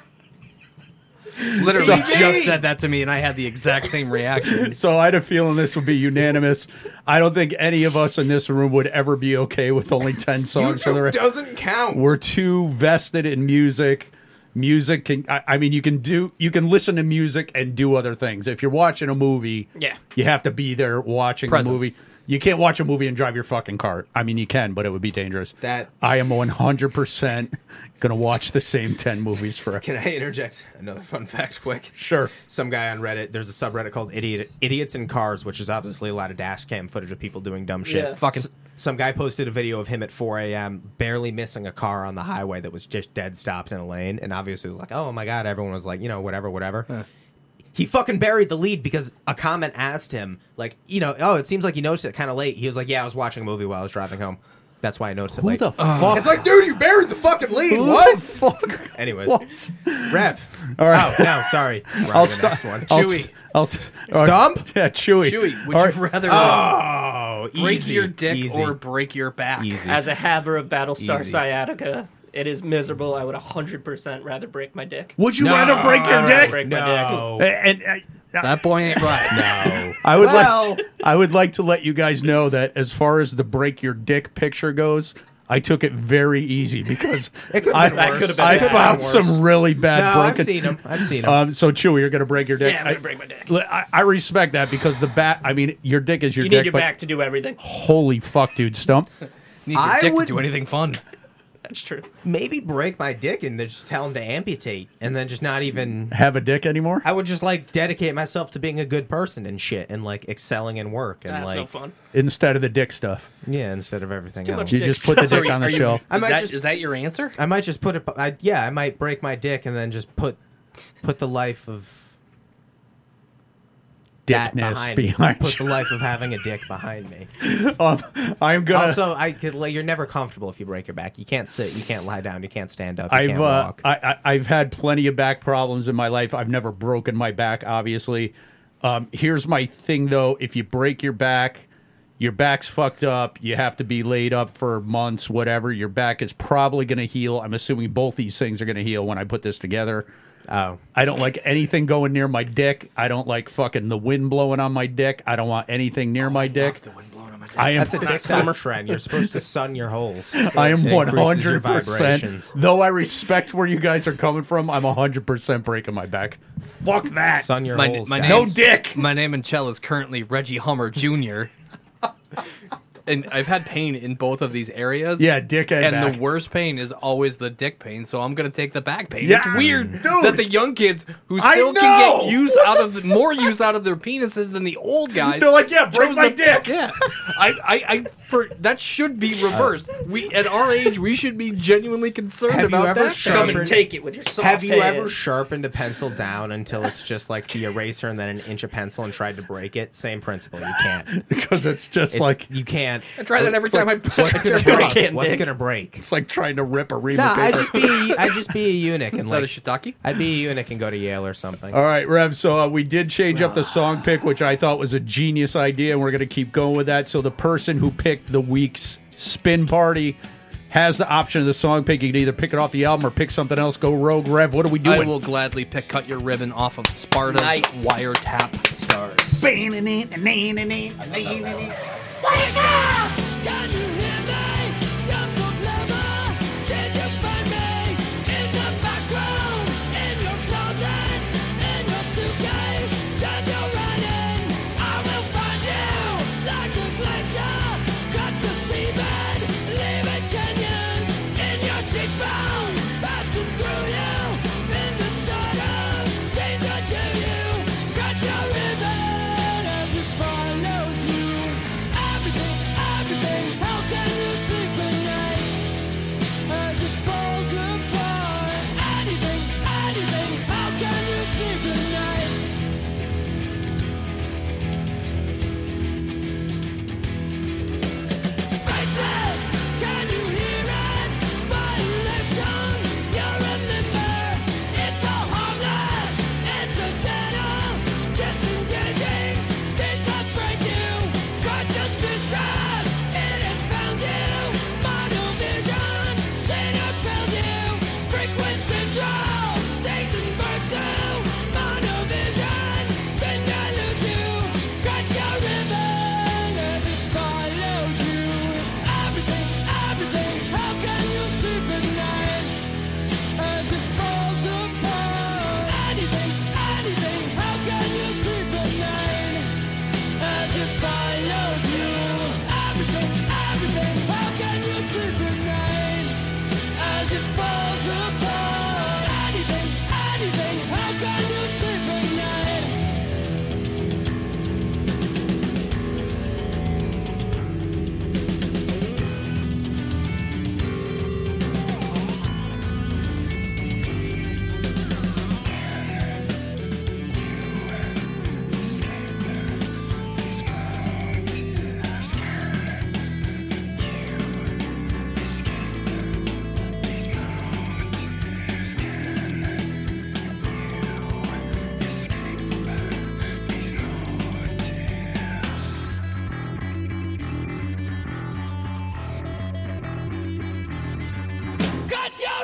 Speaker 1: Literally
Speaker 4: TV.
Speaker 1: just said that to me, and I had the exact same reaction.
Speaker 3: So I had a feeling this would be unanimous. I don't think any of us in this room would ever be okay with only ten songs for the
Speaker 4: YouTube
Speaker 3: rest.
Speaker 4: doesn't count.
Speaker 3: We're too vested in music. Music can I, I mean you can do you can listen to music and do other things. If you're watching a movie,
Speaker 2: Yeah.
Speaker 3: you have to be there watching
Speaker 1: Present.
Speaker 3: the movie. You can't watch a movie and drive your fucking car. I mean you can, but it would be dangerous.
Speaker 4: That-
Speaker 3: I am 100% going to watch the same 10 movies forever.
Speaker 4: Can I interject another fun fact quick?
Speaker 3: Sure.
Speaker 4: Some guy on Reddit, there's a subreddit called Idiot Idiots in Cars, which is obviously a lot of dash cam footage of people doing dumb shit.
Speaker 2: Yeah.
Speaker 1: Fucking
Speaker 4: S- some guy posted a video of him at 4 a.m. barely missing a car on the highway that was just dead stopped in a lane, and obviously was like, "Oh my god!" Everyone was like, you know, whatever, whatever. He fucking buried the lead because a comment asked him, like, you know, oh, it seems like you noticed it kind of late. He was like, yeah, I was watching a movie while I was driving home. That's why I noticed it
Speaker 3: Who
Speaker 4: late.
Speaker 3: the fuck?
Speaker 4: it's like, dude, you buried the fucking lead.
Speaker 3: Who
Speaker 4: What?
Speaker 3: the fuck?
Speaker 4: Anyways,
Speaker 3: What?
Speaker 4: Rev.
Speaker 3: All right.
Speaker 4: Oh no, sorry. We're on
Speaker 3: I'll
Speaker 4: to the
Speaker 3: stop.
Speaker 4: next one.
Speaker 3: I'll
Speaker 4: Chewy.
Speaker 3: s- I'll s- all right.
Speaker 4: Stump?
Speaker 3: Yeah, Chewy.
Speaker 1: Chewy, would
Speaker 3: All
Speaker 1: you
Speaker 3: right.
Speaker 1: rather
Speaker 4: Oh,
Speaker 1: break
Speaker 4: easy,
Speaker 1: your dick
Speaker 4: easy,
Speaker 1: or break your back?
Speaker 4: easy.
Speaker 2: As a haver of Battlestar
Speaker 4: Easy.
Speaker 2: Sciatica, it is miserable. I would 100% rather break my dick.
Speaker 3: Would you
Speaker 4: No.
Speaker 3: rather break your
Speaker 2: I'd rather
Speaker 3: dick?
Speaker 2: break
Speaker 4: no.
Speaker 3: And, and I,
Speaker 1: That boy ain't right.
Speaker 4: No.
Speaker 3: I would
Speaker 4: Well-
Speaker 3: like I would like to let you guys know that as far as the break your dick picture goes, I took it very easy because
Speaker 4: could've
Speaker 3: I,
Speaker 4: been worse. That could've
Speaker 2: been
Speaker 3: I
Speaker 2: bad.
Speaker 3: found
Speaker 4: Worse.
Speaker 3: some really bad
Speaker 4: No,
Speaker 3: broken.
Speaker 4: I've seen him. I've seen him.
Speaker 3: Um, so Chewy, you're gonna break your dick.
Speaker 2: Yeah, I'm gonna break my dick.
Speaker 3: Li- I, I respect that because the back. I mean, your dick is your
Speaker 2: You
Speaker 3: dick,
Speaker 2: need your
Speaker 3: but
Speaker 2: back to do everything.
Speaker 3: holy fuck, dude, stump.
Speaker 1: Need your
Speaker 4: I
Speaker 1: dick
Speaker 4: would-
Speaker 1: to do anything fun.
Speaker 2: That's true.
Speaker 4: Maybe break my dick and then just tell him to amputate, and then just not even.
Speaker 3: Have a dick anymore?
Speaker 4: I would just like dedicate myself to being a good person and shit, and like excelling in work, and
Speaker 2: That's
Speaker 4: like
Speaker 2: no fun.
Speaker 3: Instead of the dick stuff,
Speaker 4: yeah, instead of everything
Speaker 2: too
Speaker 4: else.
Speaker 2: much
Speaker 3: you just put the
Speaker 2: So
Speaker 3: dick on the shelf.
Speaker 4: I
Speaker 1: Is
Speaker 4: might
Speaker 1: that,
Speaker 4: just-
Speaker 1: is that your answer?
Speaker 4: I might just put it. I, yeah, I might break my dick and then just put put the life of that
Speaker 3: Dickness
Speaker 4: behind,
Speaker 3: behind.
Speaker 4: put the
Speaker 3: you.
Speaker 4: life of having a dick behind me.
Speaker 3: Um, I'm gonna.
Speaker 4: also, I could, like, you're never comfortable if you break your back. You can't sit. You can't lie down. You can't stand up. You
Speaker 3: I've
Speaker 4: can't
Speaker 3: uh,
Speaker 4: walk.
Speaker 3: I, I, I've had plenty of back problems in my life. I've never broken my back, obviously. Um, here's my thing though: if you break your back, your back's fucked up. You have to be laid up for months, whatever. Your back is probably going to heal. I'm assuming both these things are going to heal when I put this together.
Speaker 4: oh,
Speaker 3: I don't like anything going near my dick. I don't like fucking the wind blowing on my dick. I don't want anything near my dick.
Speaker 1: The wind blowing on my dick.
Speaker 3: I am
Speaker 4: Oh, that's a TikTok trend. You're supposed to sun your holes.
Speaker 3: I am
Speaker 4: It
Speaker 3: one
Speaker 4: increases your
Speaker 3: hundred percent.
Speaker 4: vibrations.
Speaker 3: Though I respect where you guys are coming from, I'm hundred percent breaking my back. Fuck that.
Speaker 4: Sun your
Speaker 1: My-
Speaker 4: holes.
Speaker 1: my
Speaker 4: guys.
Speaker 3: no
Speaker 1: Yes.
Speaker 3: dick.
Speaker 1: My name in Chell is currently Reggie Hummer Jr. and I've had pain in both of these areas.
Speaker 3: Yeah, dick and,
Speaker 1: And
Speaker 3: back.
Speaker 1: the worst pain is always the dick pain, so I'm gonna take the back pain.
Speaker 3: Yeah,
Speaker 1: it's weird
Speaker 3: dude.
Speaker 1: that the young kids who
Speaker 3: I
Speaker 1: still can
Speaker 3: know.
Speaker 1: get use out of more use out of their penises than the old guys.
Speaker 3: They're like, yeah, break
Speaker 1: chose
Speaker 3: my
Speaker 1: the-
Speaker 3: dick.
Speaker 1: Yeah, I, I, I for, that should be
Speaker 4: Uh,
Speaker 1: reversed. we at our age, we should be genuinely concerned
Speaker 4: Have you
Speaker 1: about
Speaker 4: ever
Speaker 1: that.
Speaker 2: Come
Speaker 4: sharpened-
Speaker 1: thing.
Speaker 2: and take it with your soft
Speaker 4: Have you
Speaker 2: hand.
Speaker 4: ever sharpened a pencil down until it's just like the eraser and then an inch of pencil and tried to break it? Same principle. You can't. It's
Speaker 3: Because it's just like
Speaker 4: you can't.
Speaker 1: I try that every time I
Speaker 4: What's gonna
Speaker 1: break
Speaker 4: break?
Speaker 1: it.
Speaker 4: What's
Speaker 2: dick.
Speaker 4: gonna break?
Speaker 3: it's like trying to rip a ream
Speaker 4: No,
Speaker 3: of
Speaker 4: I
Speaker 3: paper.
Speaker 4: just be I just be a eunuch and
Speaker 1: Is that a
Speaker 4: like
Speaker 1: shiitake?
Speaker 4: I'd be a eunuch and go to Yale or something.
Speaker 3: All right, Rev. So uh, we did change up the
Speaker 1: Ah.
Speaker 3: song pick, which I thought was a genius idea, and we're going to keep going with that. So the person who picked the week's spin party has the option of the song pick. You can either pick it off the album or pick something else. Go Rogue Rev. What are we
Speaker 1: I
Speaker 3: doing?
Speaker 1: will gladly pick Cut Your Ribbon off of Sparta's
Speaker 2: Nice.
Speaker 1: Wiretap Stars.
Speaker 7: Wake up! Can you hear me? You're so clever. Did you find me? In the back room, in your closet, in your suitcase that you're running. I will find you like a glacier. Cut the seabed, leave it canyon. In your cheekbones, passing through you. In the shadow, things that give you. Cut your ribbon as it follows you. Everything, everything. How can you sleep at night as it falls apart? Anything, anything. How can you sleep at night? Face it, can you hear it? Violation, you're a member. It's a harmless, incidental, disengaging. These thoughts break you. Conscious distress, it has found you. Model vision, sinners failed you. Frequent syndrome, states and virtue. Model vision, then dilute you. Cut your ribbon as it follows you. Everything, everything. How can you sleep at night? As it falls apart. Anything, anything. How can you sleep at night? As it follows you. Everything, everything. How can you sleep at night? As it falls apart. Anything, anything. How can you sleep at night? Gotcha!